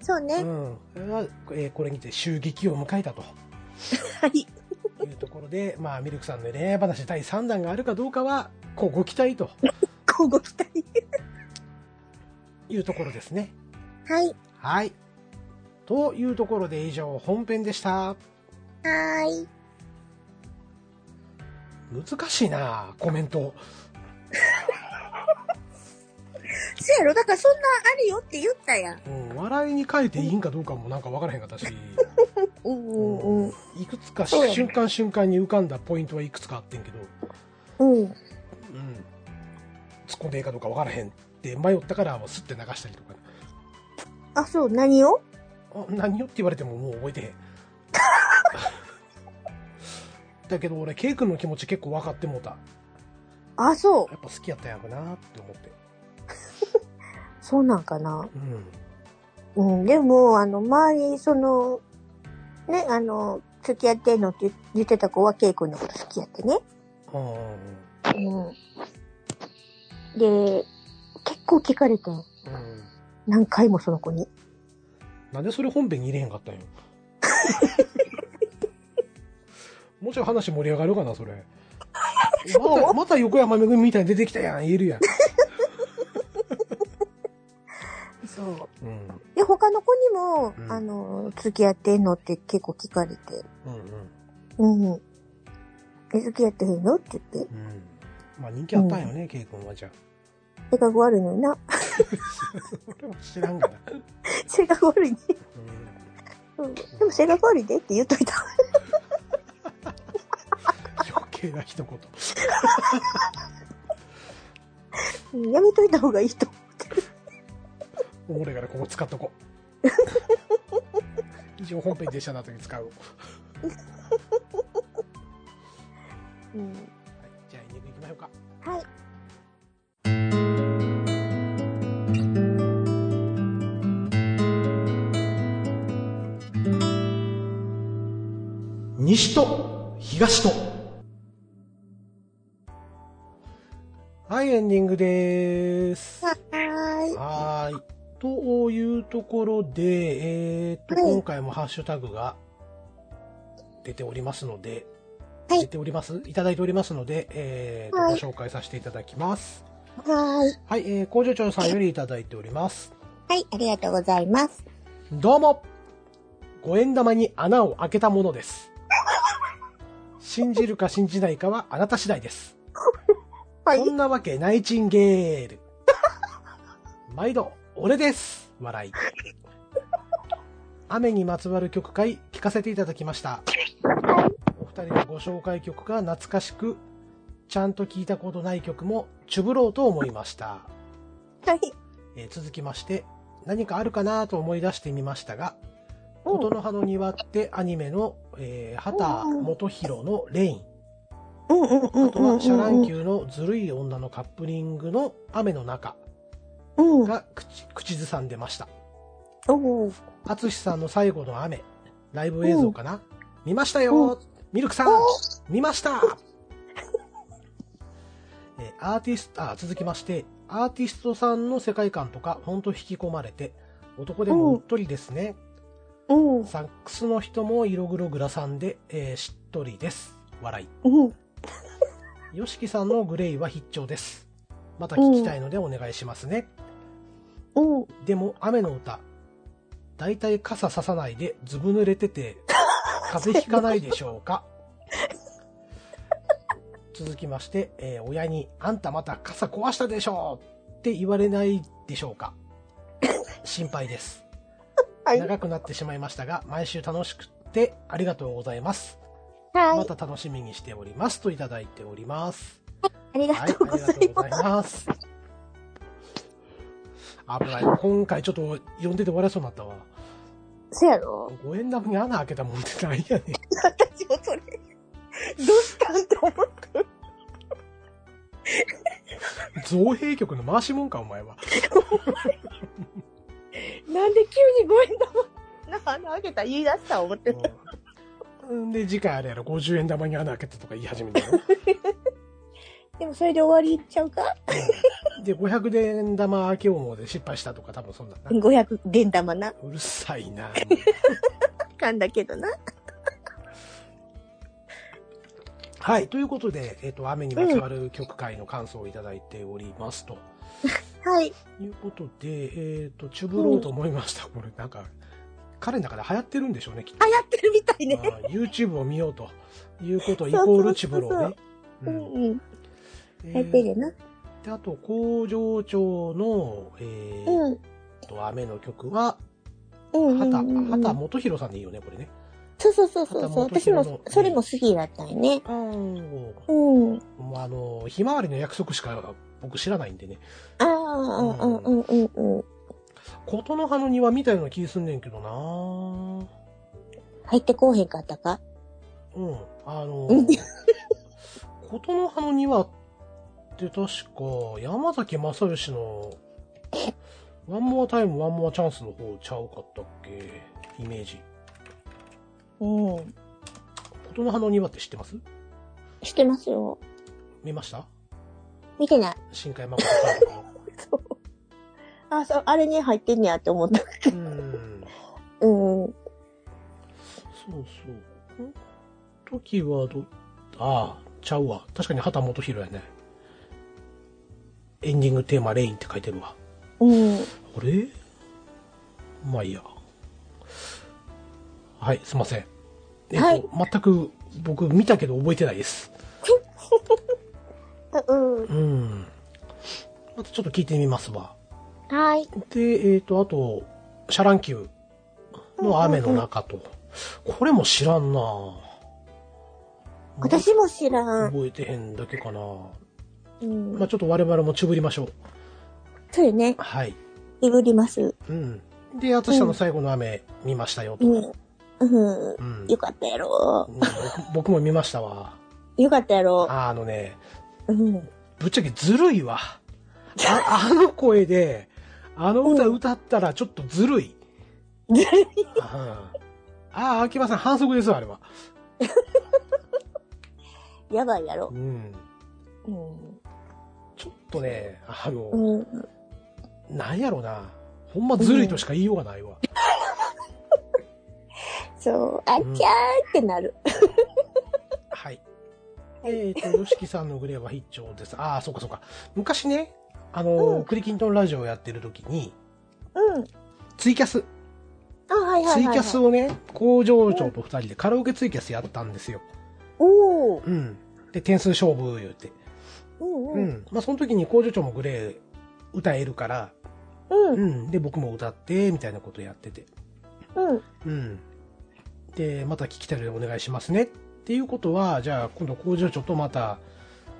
そう
う
ね。
んこれはえーこれにて襲撃を迎えたと
はい。
いうところで、 まあ、ミルクさんの恋愛話第3弾があるかどうかはこうご期待と
交互期待。
いうところですね。
はい。
はい。というところで以上本編でした。
はーい。
難しいなコメント。
そやろ、だからそんなあるよって言ったやん。
うん、笑いに変えていいんかどうかもなんかわからへんかったし、
うん
うん
ん
いくつか
そうやね
瞬間瞬間に浮かんだポイントはいくつかあってんけど、
うん。うん。
うん、突っ込んでいいかどうかわからへんって迷ったからもうスッて流したりとか、
あ、そう、何を
あ何よって言われてももう覚えてへん。だけど俺、ケイ君の気持ち結構分かってもうた。
あ、そう。
やっぱ好きやったんやろなって思って。
そうなんかな。
うん。
うん。でも、あの、周り、その、ね、あの、付き合ってんのって言ってた子は、ケイ君のこと好きやってね。
うん。
うん。で、結構聞かれてん。
うん
何回もその子に。
なんでそれ本編に入れへんかったんよもうちょい話盛り上がるかなそれまたまた横山めぐみみたいに出てきたやん言えるやん、
そう。
うん、
で、他の子にも、
うん
あの、付き合ってんのって結構聞かれて。
うん
うん。え、付き合ってへんのって言って。
うんうんまあ人気あったんよね、ケイ君はじゃ
性格悪いのにな。
あ俺は知らんがな、うん
性格悪いね。うん。でも性格悪いでって言っといた。
余計な一言
うんやめといた方がいいと。
おもろいからここ使っとこう以上本編でしたな時に使う
うん。
はいじゃあエンディングいきましょうか
はい。
西と東とはいエンディングです
はーい。
はーいというところでえー、っと、
はい
今回もハッシュタグが出ておりますので、
はい
出ておりますいただいておりますので、えーっと
はい
ご紹介させていただきます
はーい。
はい、えー、工場長さんよりいただいております
はい、ありがとうございます。
どうも五円玉に穴を開けたもの です。信じるか信じないかはあなた次第です。
はい。
そんなわけナイチンゲール。 毎度、俺です笑い。雨にまつわる曲会聞かせていただきました。お二人のご紹介曲が懐かしく、ちゃんと聞いたことない曲もチュブろうと思いました。
はい。
えー続きまして何かあるかなと思い出してみましたが「
うん
琴の葉の庭」ってアニメの、えー畑元博の「レイン
うんうんう」ん
あとは「シャ乱。球のずるい女」のカップリングの「雨の中
うん。」うん。
が口口ずさんでました
おー
淳さんの「最後の雨」ライブ映像かな見ましたよミルクさん
お
見ましたえーアーティスト、あ、続きまして、アーティストさんの世界観とか、ほんと引き込まれて、男でもうっとりですね。
うん。
サックスの人も色黒グラさんで、えーしっとりです。笑
うん。
い。ヨシキさんのグレイは必聴です。また聞きたいのでお願いしますね。
うん。
でも、雨の歌。だいたい傘ささないで、ずぶ濡れ てて、風邪ひかないでしょうか。続きまして、えー親に、あんたまた傘壊したでしょうって言われないでしょうか。心配です。
はい。
長くなってしまいましたが、毎週楽しくてありがとうございます。
は
ま
い。
た楽しみにしておりますといただいております。
ありが
はい、
とうござ
あり
い
がとうご
ま
ざい
す。
ます。危ない。今回ちょっと呼んでて終わらそうになったわ。
そやろ
五円玉に穴開けたもんってないやねん。
私もそれ、どうしたんと思っ
造幣局の回しもんか、お前は。
なんで急に五円玉、な穴開けた言い出した思って。
うんで、次回あれやろ、50円玉に穴開けてとか言い始めたよ。
でもそれで終わりちゃうか
で、500円玉開けようもで失敗したとか、多分そんなんな。
?500 連玉な。
うるさいな。
かんだけどな。
はい、ということで、えっ、と、雨にまつわる曲会の感想をいただいておりますと。
はい。
いうことで、えっ、と、チュブろうと思いました。これ、なんか、彼の中で流行ってるんでしょうね、きっと
あ、やってるみたいね。
あー YouTube を見ようということイコールチブローね。
う
うん
んうん。
え
やっ
ー
てるな。
であと、工場長の、え
う
ーっ
ん。
と、雨の曲は、
うんうん
畑、
うん。
畑元博さんでいいよね、これね。
そうそうそうそう。そう
畑
私
元博の
も、それも好きだったよね。
あー
うん。
もうあの、ひまわりの約束しか僕知らないんでね。
ああ、うんうんうんうん。
琴の葉の庭みたいな気すんねんけどなー
入ってこうへんかったか
うん。あの
うん、
琴の葉の庭って確か、山崎正義の、ワンモアタイム、ワンモアチャンスの方ちゃうかったっけイメージ。
うん。
琴の葉の庭って知ってます
知ってますよ。
見ました
見てない。
新海誠 監
そう。あ、そう、あれに入ってんねやって思った。
督。うん。
うん。
そうそう。この時はど、ああ、ちゃうわ。確かに畑元博やね。エンディングテーマ、レインって書いてるわ。
うん。
あれまあいいや。はい、すいません。えっと、
はい
全く僕見たけど覚えてないです。
うん。
うん。またちょっと聞いてみますわ。
はい。
で、えっ、と、あと、シャランキューの雨の中と。これも知らんな
私も知らん。
覚えてへんだけかな
うん。
まあちょっと我々もちぶりましょう。
そうよね。
はい。
いぶります。
うん。で、あと下の最後の雨見ましたよと。
うん。う
うん
ん。よかったやろ
う。ん僕僕も見ましたわ。
よかったやろ。
あのね、
うん。
ぶっちゃけずるいわ。ああ の声で、あの歌歌ったらちょっとずるい。
ずるい
うんああ、秋葉さん反則ですわ、あれは。
やばいやろ
う。ん。
うん。
ちょっとね、あの、
うん。
なんやろな。ほんまずるいとしか言いようがないわ。
そう。あっちゃーってなる。
はい。えっ、と、よしきさんのグレーは必聴です。ああ、そうかそうか。昔ね、あの、
うん
クリキントンラジオやってる時に、
うん。
ツイキャス、
あ、はいはいは
ツ
い
イ
はい。
キャスをね、工場長と二人でカラオケツイキャスやったんですよ。
おー。
うん。で、点数勝負言うて。
うん
う
うん。
ん。まあ、その時に工場長もグレー歌えるから、
うん。
うん。で、僕も歌って、みたいなことやってて。
うん。
うん。で、また聞きたいのでお願いしますね。っていうことは、じゃあ、今度工場長とまた、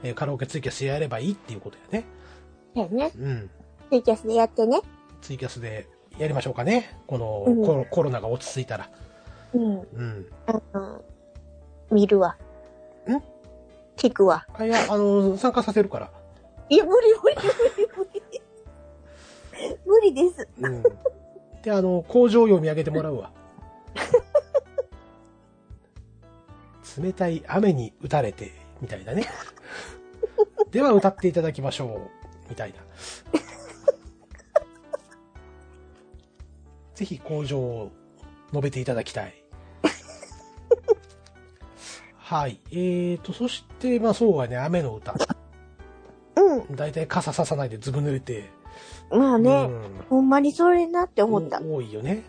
えーカラオケツイキャスやればいいっていうことやね。
だよね。
うん。
ツイキャスでやってね。
ツイキャスでやりましょうかね。この
うん
コロ,、コロナが落ち着いたら。
うん。
うん。
あの、見るわ。
ん
聞くわ。
あいや、あの、参加させるから。
いや、無理無理無理無理。無理です。
うん。で、あの、工場読み上げてもらうわ。冷たい雨に打たれて、みたいなね。では歌っていただきましょう、みたいな。ぜひ工場を述べていただきたい。はい。えーと、そして、まあそうはね、雨の歌。
う
だいたい傘ささないでずぶ濡れて。
ん。まあね、
うん
ほんまにそれなって思った。
多いよね。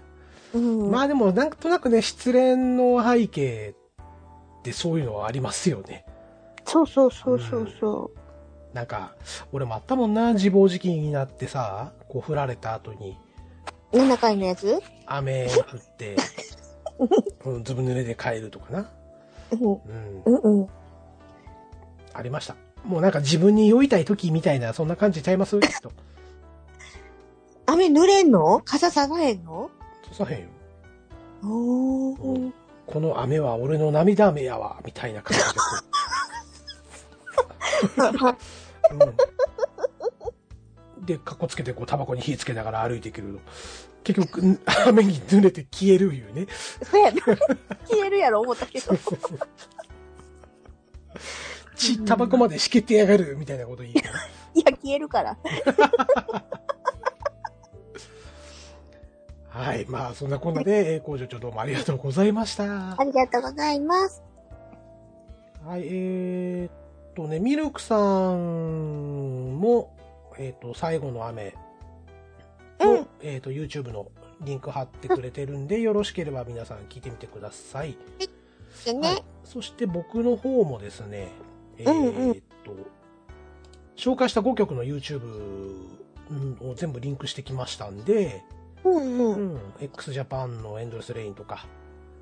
うん。
まあでも、なんとなくね、失恋の背景ってそういうのはありますよね。
そうそうそうそうそ
なんか、俺もあったもんな、自暴自棄になってさ、こう振られた後に、
う。7回のやつ
雨降 って、うんずぶ濡れで帰るとかな。
うん。
うん
う、んうん。
ありました。もうなんか自分に酔いたい時みたいな、そんな感じちゃいますきっと。
雨濡れんの傘さがへんの
さへんよ。
お
う
ー
ん。この雨は俺の涙雨やわ、みたいな感じでこう。うんで、かっこつけて、こう、タバコに火つけながら歩いていけると。結局、ん雨に濡れて消えるいうね。
そうやな。 消えるやろ、思ったけど。
ち、タバコまでしけてやがるみたいなこと言うから。
いや、消えるから。
はい。まあ、そんなこんなで、えー工場長どうもありがとうございました
あ。りがとうございます。
はい、えーっとね、ミルクさんも、えーっと、最後の雨を、
うん
えーっと、YouTube のリンク貼ってくれてるんで、よろしければ皆さん聞いてみてください。
でね、
はい、そして僕の方もですね、えー
うんうん
っと、紹介した5曲の YouTube うんを全部リンクしてきましたんで、
うんう。
うんん、XJAPAN のエンドレスレインとか、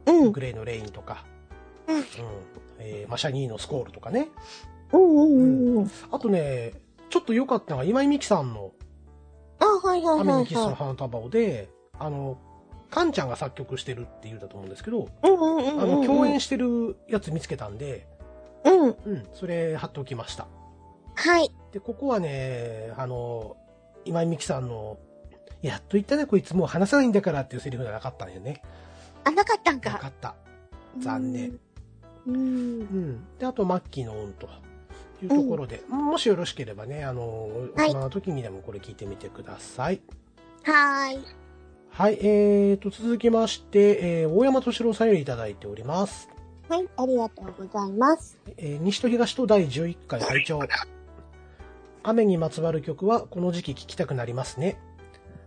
うん。
グレイのレインとか、
うん
えーマシャニーのスコールとかね、
うんうんうん。
あとね、ちょっと良かったのが、今井美樹さんの
あ、はいはい
雨
は
に
い
キスの
は
花束をで、あの、カンちゃんが作曲してるって言うだと思うんですけど、
い。うんうんうん
あ
うん。
の、共演してるやつ見つけたんで、
うん。
うん、それ貼っておきました。
はい。
で、ここはね、あの、今井美樹さんの、やっと言ったね、こいつもう話さないんだからっていうセリフがなかったんよね。
あ、なかったん
な
か。
かった。残念。
うん。
うん。で、あと、マッキーの音というところで、もしよろしければね、あの、
は
大
い
人の時にでもこれ聞いてみてください
はーい。
はい、えー、と、続きまして、えー、大山敏郎さんよりいただいております。
はい、ありがとうございます。
えー、西と東と第11回拝聴雨にまつわる曲はこの時期聴きたくなりますね。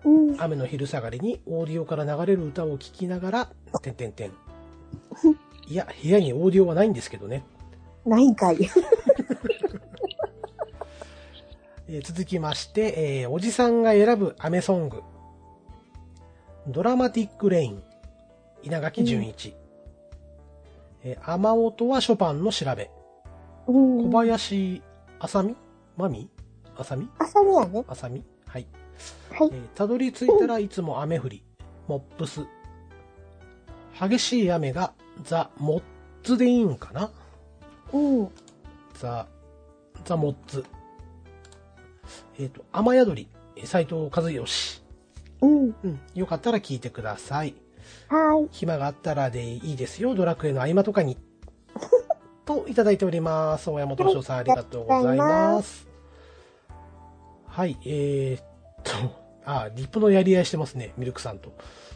うん。
雨の昼下がりにオーディオから流れる歌を聴きながら、てんてんてん。いや、部屋にオーディオはないんですけどね。
ないんかい。
えー続きまして、えーおじさんが選ぶ雨ソング。ドラマティック・レイン。稲垣淳一。えー雨音はショパンの調べ。
うん
小。林あさみまみあさみ
朝にはね。
あさみはい。
はい
え。ーたどり着いたらいつも雨降り。モップス。激しい雨がザ・モッツでいいんかな
うん。
ザ・ザ・モッツ。えっ、と、雨宿り。斎藤和義。
うん。
うん。よかったら聞いてください。
は
暇があったらでいいですよ。ドラクエの合間とかに。と、いただいております。大山敏夫さん、ありがとうございます。はい、えー、っと、あ、リップのやり合いしてますね、ミルクさんと。
い。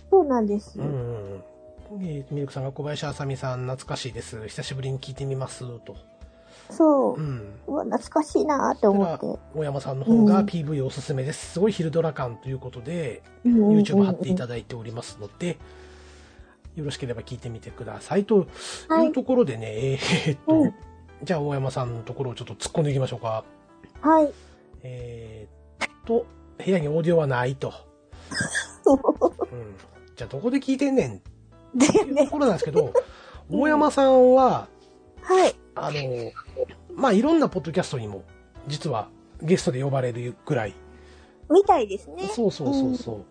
そうなんです
う。んうんうん。えーミルクさんが小林あさみさん、懐かしいです。久しぶりに聞いてみます、と。
そうう。
ん。
うわ、懐かしいなーって
で
思
は
って。、
大山さんの方が
うん
PV おすすめです。すごい昼ドラ感ということで、
うんうんうん
YouTube 貼っていただいておりますので、よろしければ聞いてみてください。と
はい
いうところでね、えーっと、
うん
じゃあ大山さんのところをちょっと突っ込んでいきましょうか。
はい。
えーっと、部屋にオーディオはない と。
そう。
うん、じゃあどこで聞いてんねんっ
で
ていうと
ね。
ころなんですけど、大山さんは、
はい。
あの、まあ、いろんなポッドキャストにも、実はゲストで呼ばれるぐらい、
みたいですね。
そうそうそうそ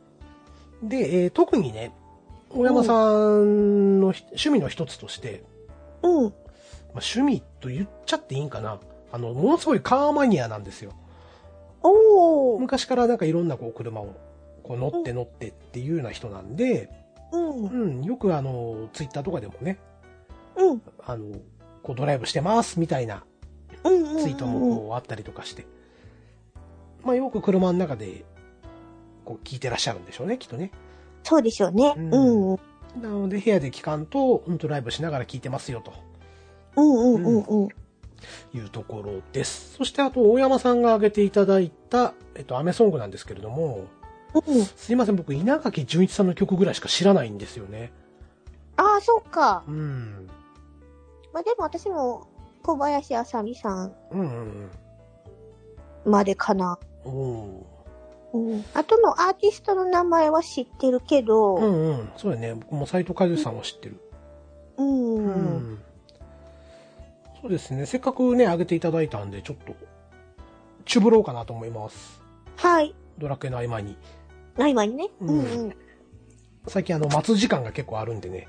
う。で、えー特にね、大山さんのひ趣味の一つとして、
うん。
まあ、趣味と言っちゃっていいんかな。あの、ものすごいカーマニアなんですよ。
おー。
昔からなんかいろんなこう車をこう乗って乗ってっていうような人なんで、
うん。うん。
うん、よくあの、ツイッターとかでもね、
うん。
あの、こうドライブしてますみたいな
うん。
ツイートもこうあったりとかして、まあよく車の中でこう聞いてらっしゃるんでしょうね、きっとね。
そうでしょうね。
う
うんん。うん
なので部屋で聞かんと、うん、ドライブしながら聞いてますよと
うんうんうん。
いうところです。そしてあと大山さんが挙げていただいた、えっと、アメソングなんですけれども、
うん。
すいません、僕稲垣純一さんの曲ぐらいしか知らないんですよね。
ああ、そうか。
うん。
まあでも私も小林あさみさん
うんうん
までかな。
うん。お
うん。あとのアーティストの名前は知ってるけど、
ーうんうん。そうだね。僕も斎藤和義さんは知ってる。
うん。
うそうですね。せっかくね、上げていただいたんで、ちょっと、チュブろうかなと思います。
はい。
ドラクエの合間に。
あ今にね。
う
うんんうん。
最近あの、待つ時間が結構あるんでね。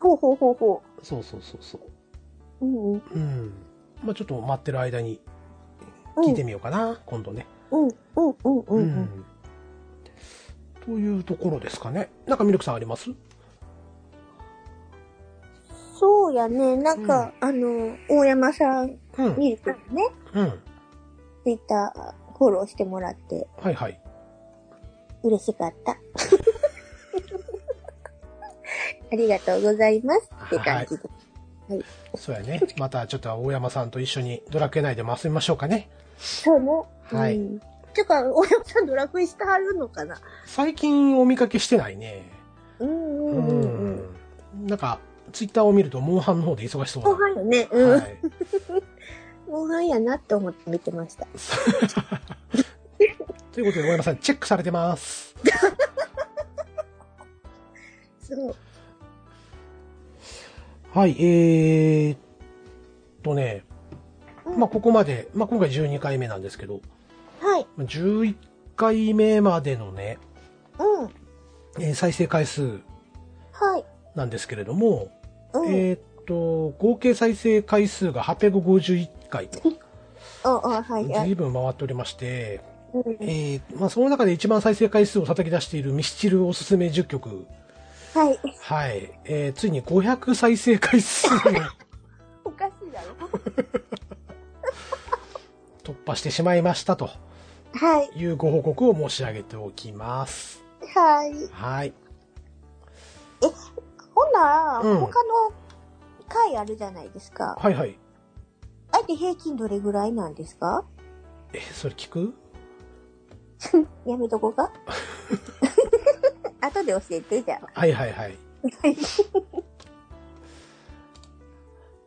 ほうほうほうほ
そうそうそうそ
う。
う。
うんうん。
うん。まあちょっと待ってる間に聞いてみようかな、今度ね。
うん、うん、うん、うん。うん
というところですかね。なんかミルクさんあります
そうやね。なんか、あの、大山さん、
うん。
ミルクにね、
うん。
ツイッターフォローしてもらって、
はいはい。
嬉しか った。ありがとうございますって感じで。
そうやね。またちょっと大山さんと一緒にドラクエ内でも遊びましょうかね。
そうね。
はい
うんてか、大山さんドラクエしてはるのかな
最近お見かけしてないね。
うんう
うん
うんうん。
ん。なんか、ツイッターを見ると、モンハンの方で忙しそう
後
だ。
半よね。うん。
い。
後半やなって思って見てました。
ということで、大山さん、チェックされてます。
すごい。
はい、えーっとね、
うん
まあ、ここまで、まあ、今回12回目なんですけど、
はい。
11回目までのね、
うん。
えー再生回数
はい。
なんですけれども、
うん。
えーっと、合計再生回数が851回と、
ああ、はい。はい
随分回っておりまして、
うん
えーまあ、その中で一番再生回数を叩き出しているミスチルおすすめ10曲、
はい。
はい、えーついに500再生回数を
おかしいだろ。
突破してしまいましたと
はい。
いうご報告を申し上げておきます。
はい。
はい。
ほな、
うん
他の回あるじゃないですか。
はいはい。
あえて平均どれぐらいなんですか
え、それ聞く
やめとこう か。後で教えて、じゃあ。
はいはいはい。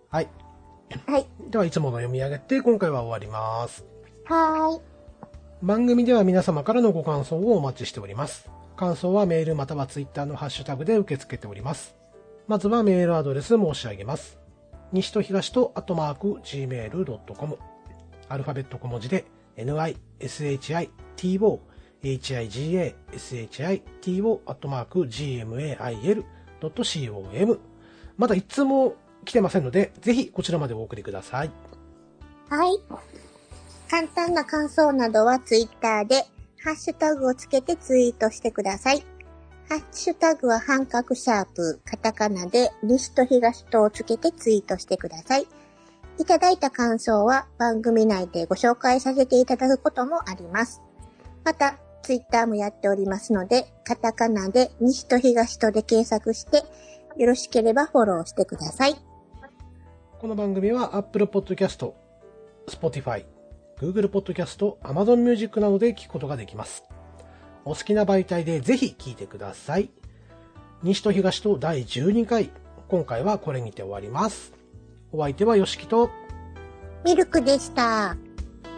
はい。
はい。
ではいつもの読み上げて、今回は終わります。
はーい。
番組では皆様からのご感想をお待ちしております。感想はメールまたはツイッターのハッシュタグで受け付けております。まずはメールアドレス申し上げます。西と東とアットマーク gmail.com アルファベット小文字で nishito higa shito アットマーク gmail.com まだ一通も来てませんので、ぜひこちらまでお送りください。
はい。簡単な感想などはツイッターで、ハッシュタグをつけてツイートしてください。ハッシュタグは半角シャープ、カタカナで、西と東とをつけてツイートしてください。いただいた感想は番組内でご紹介させていただくこともあります。また、ツイッターもやっておりますので、カタカナで西と東とで検索して、よろしければフォローしてください。
この番組は Apple Podcast、Spotify、Google Podcast、Amazon Music などで聞くことができます。お好きな媒体でぜひ聞いてください。西と東と第12回。今回はこれにて終わります。お相手はよしきと、
ミルクでした。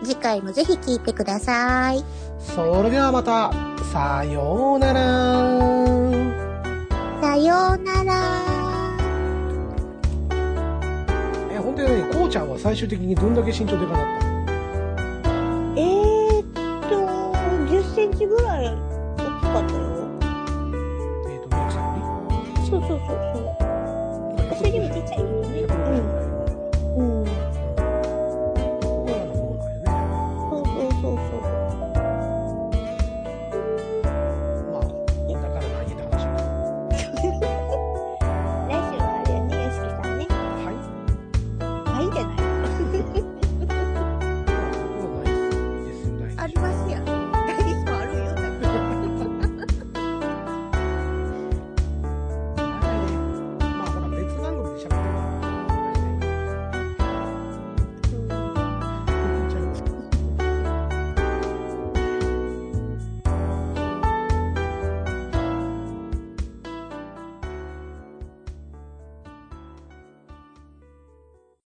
次回もぜひ聞いてください。
それではまた、さようなら。
さようなら。
え、本当にね、こうちゃんは最終的にどんだけ身長でかなった
えー、っと、10センチぐらい大きかったよ。
えっ、と、ミルクさんに
そうそうそうそう。私よりもちっちゃいよ。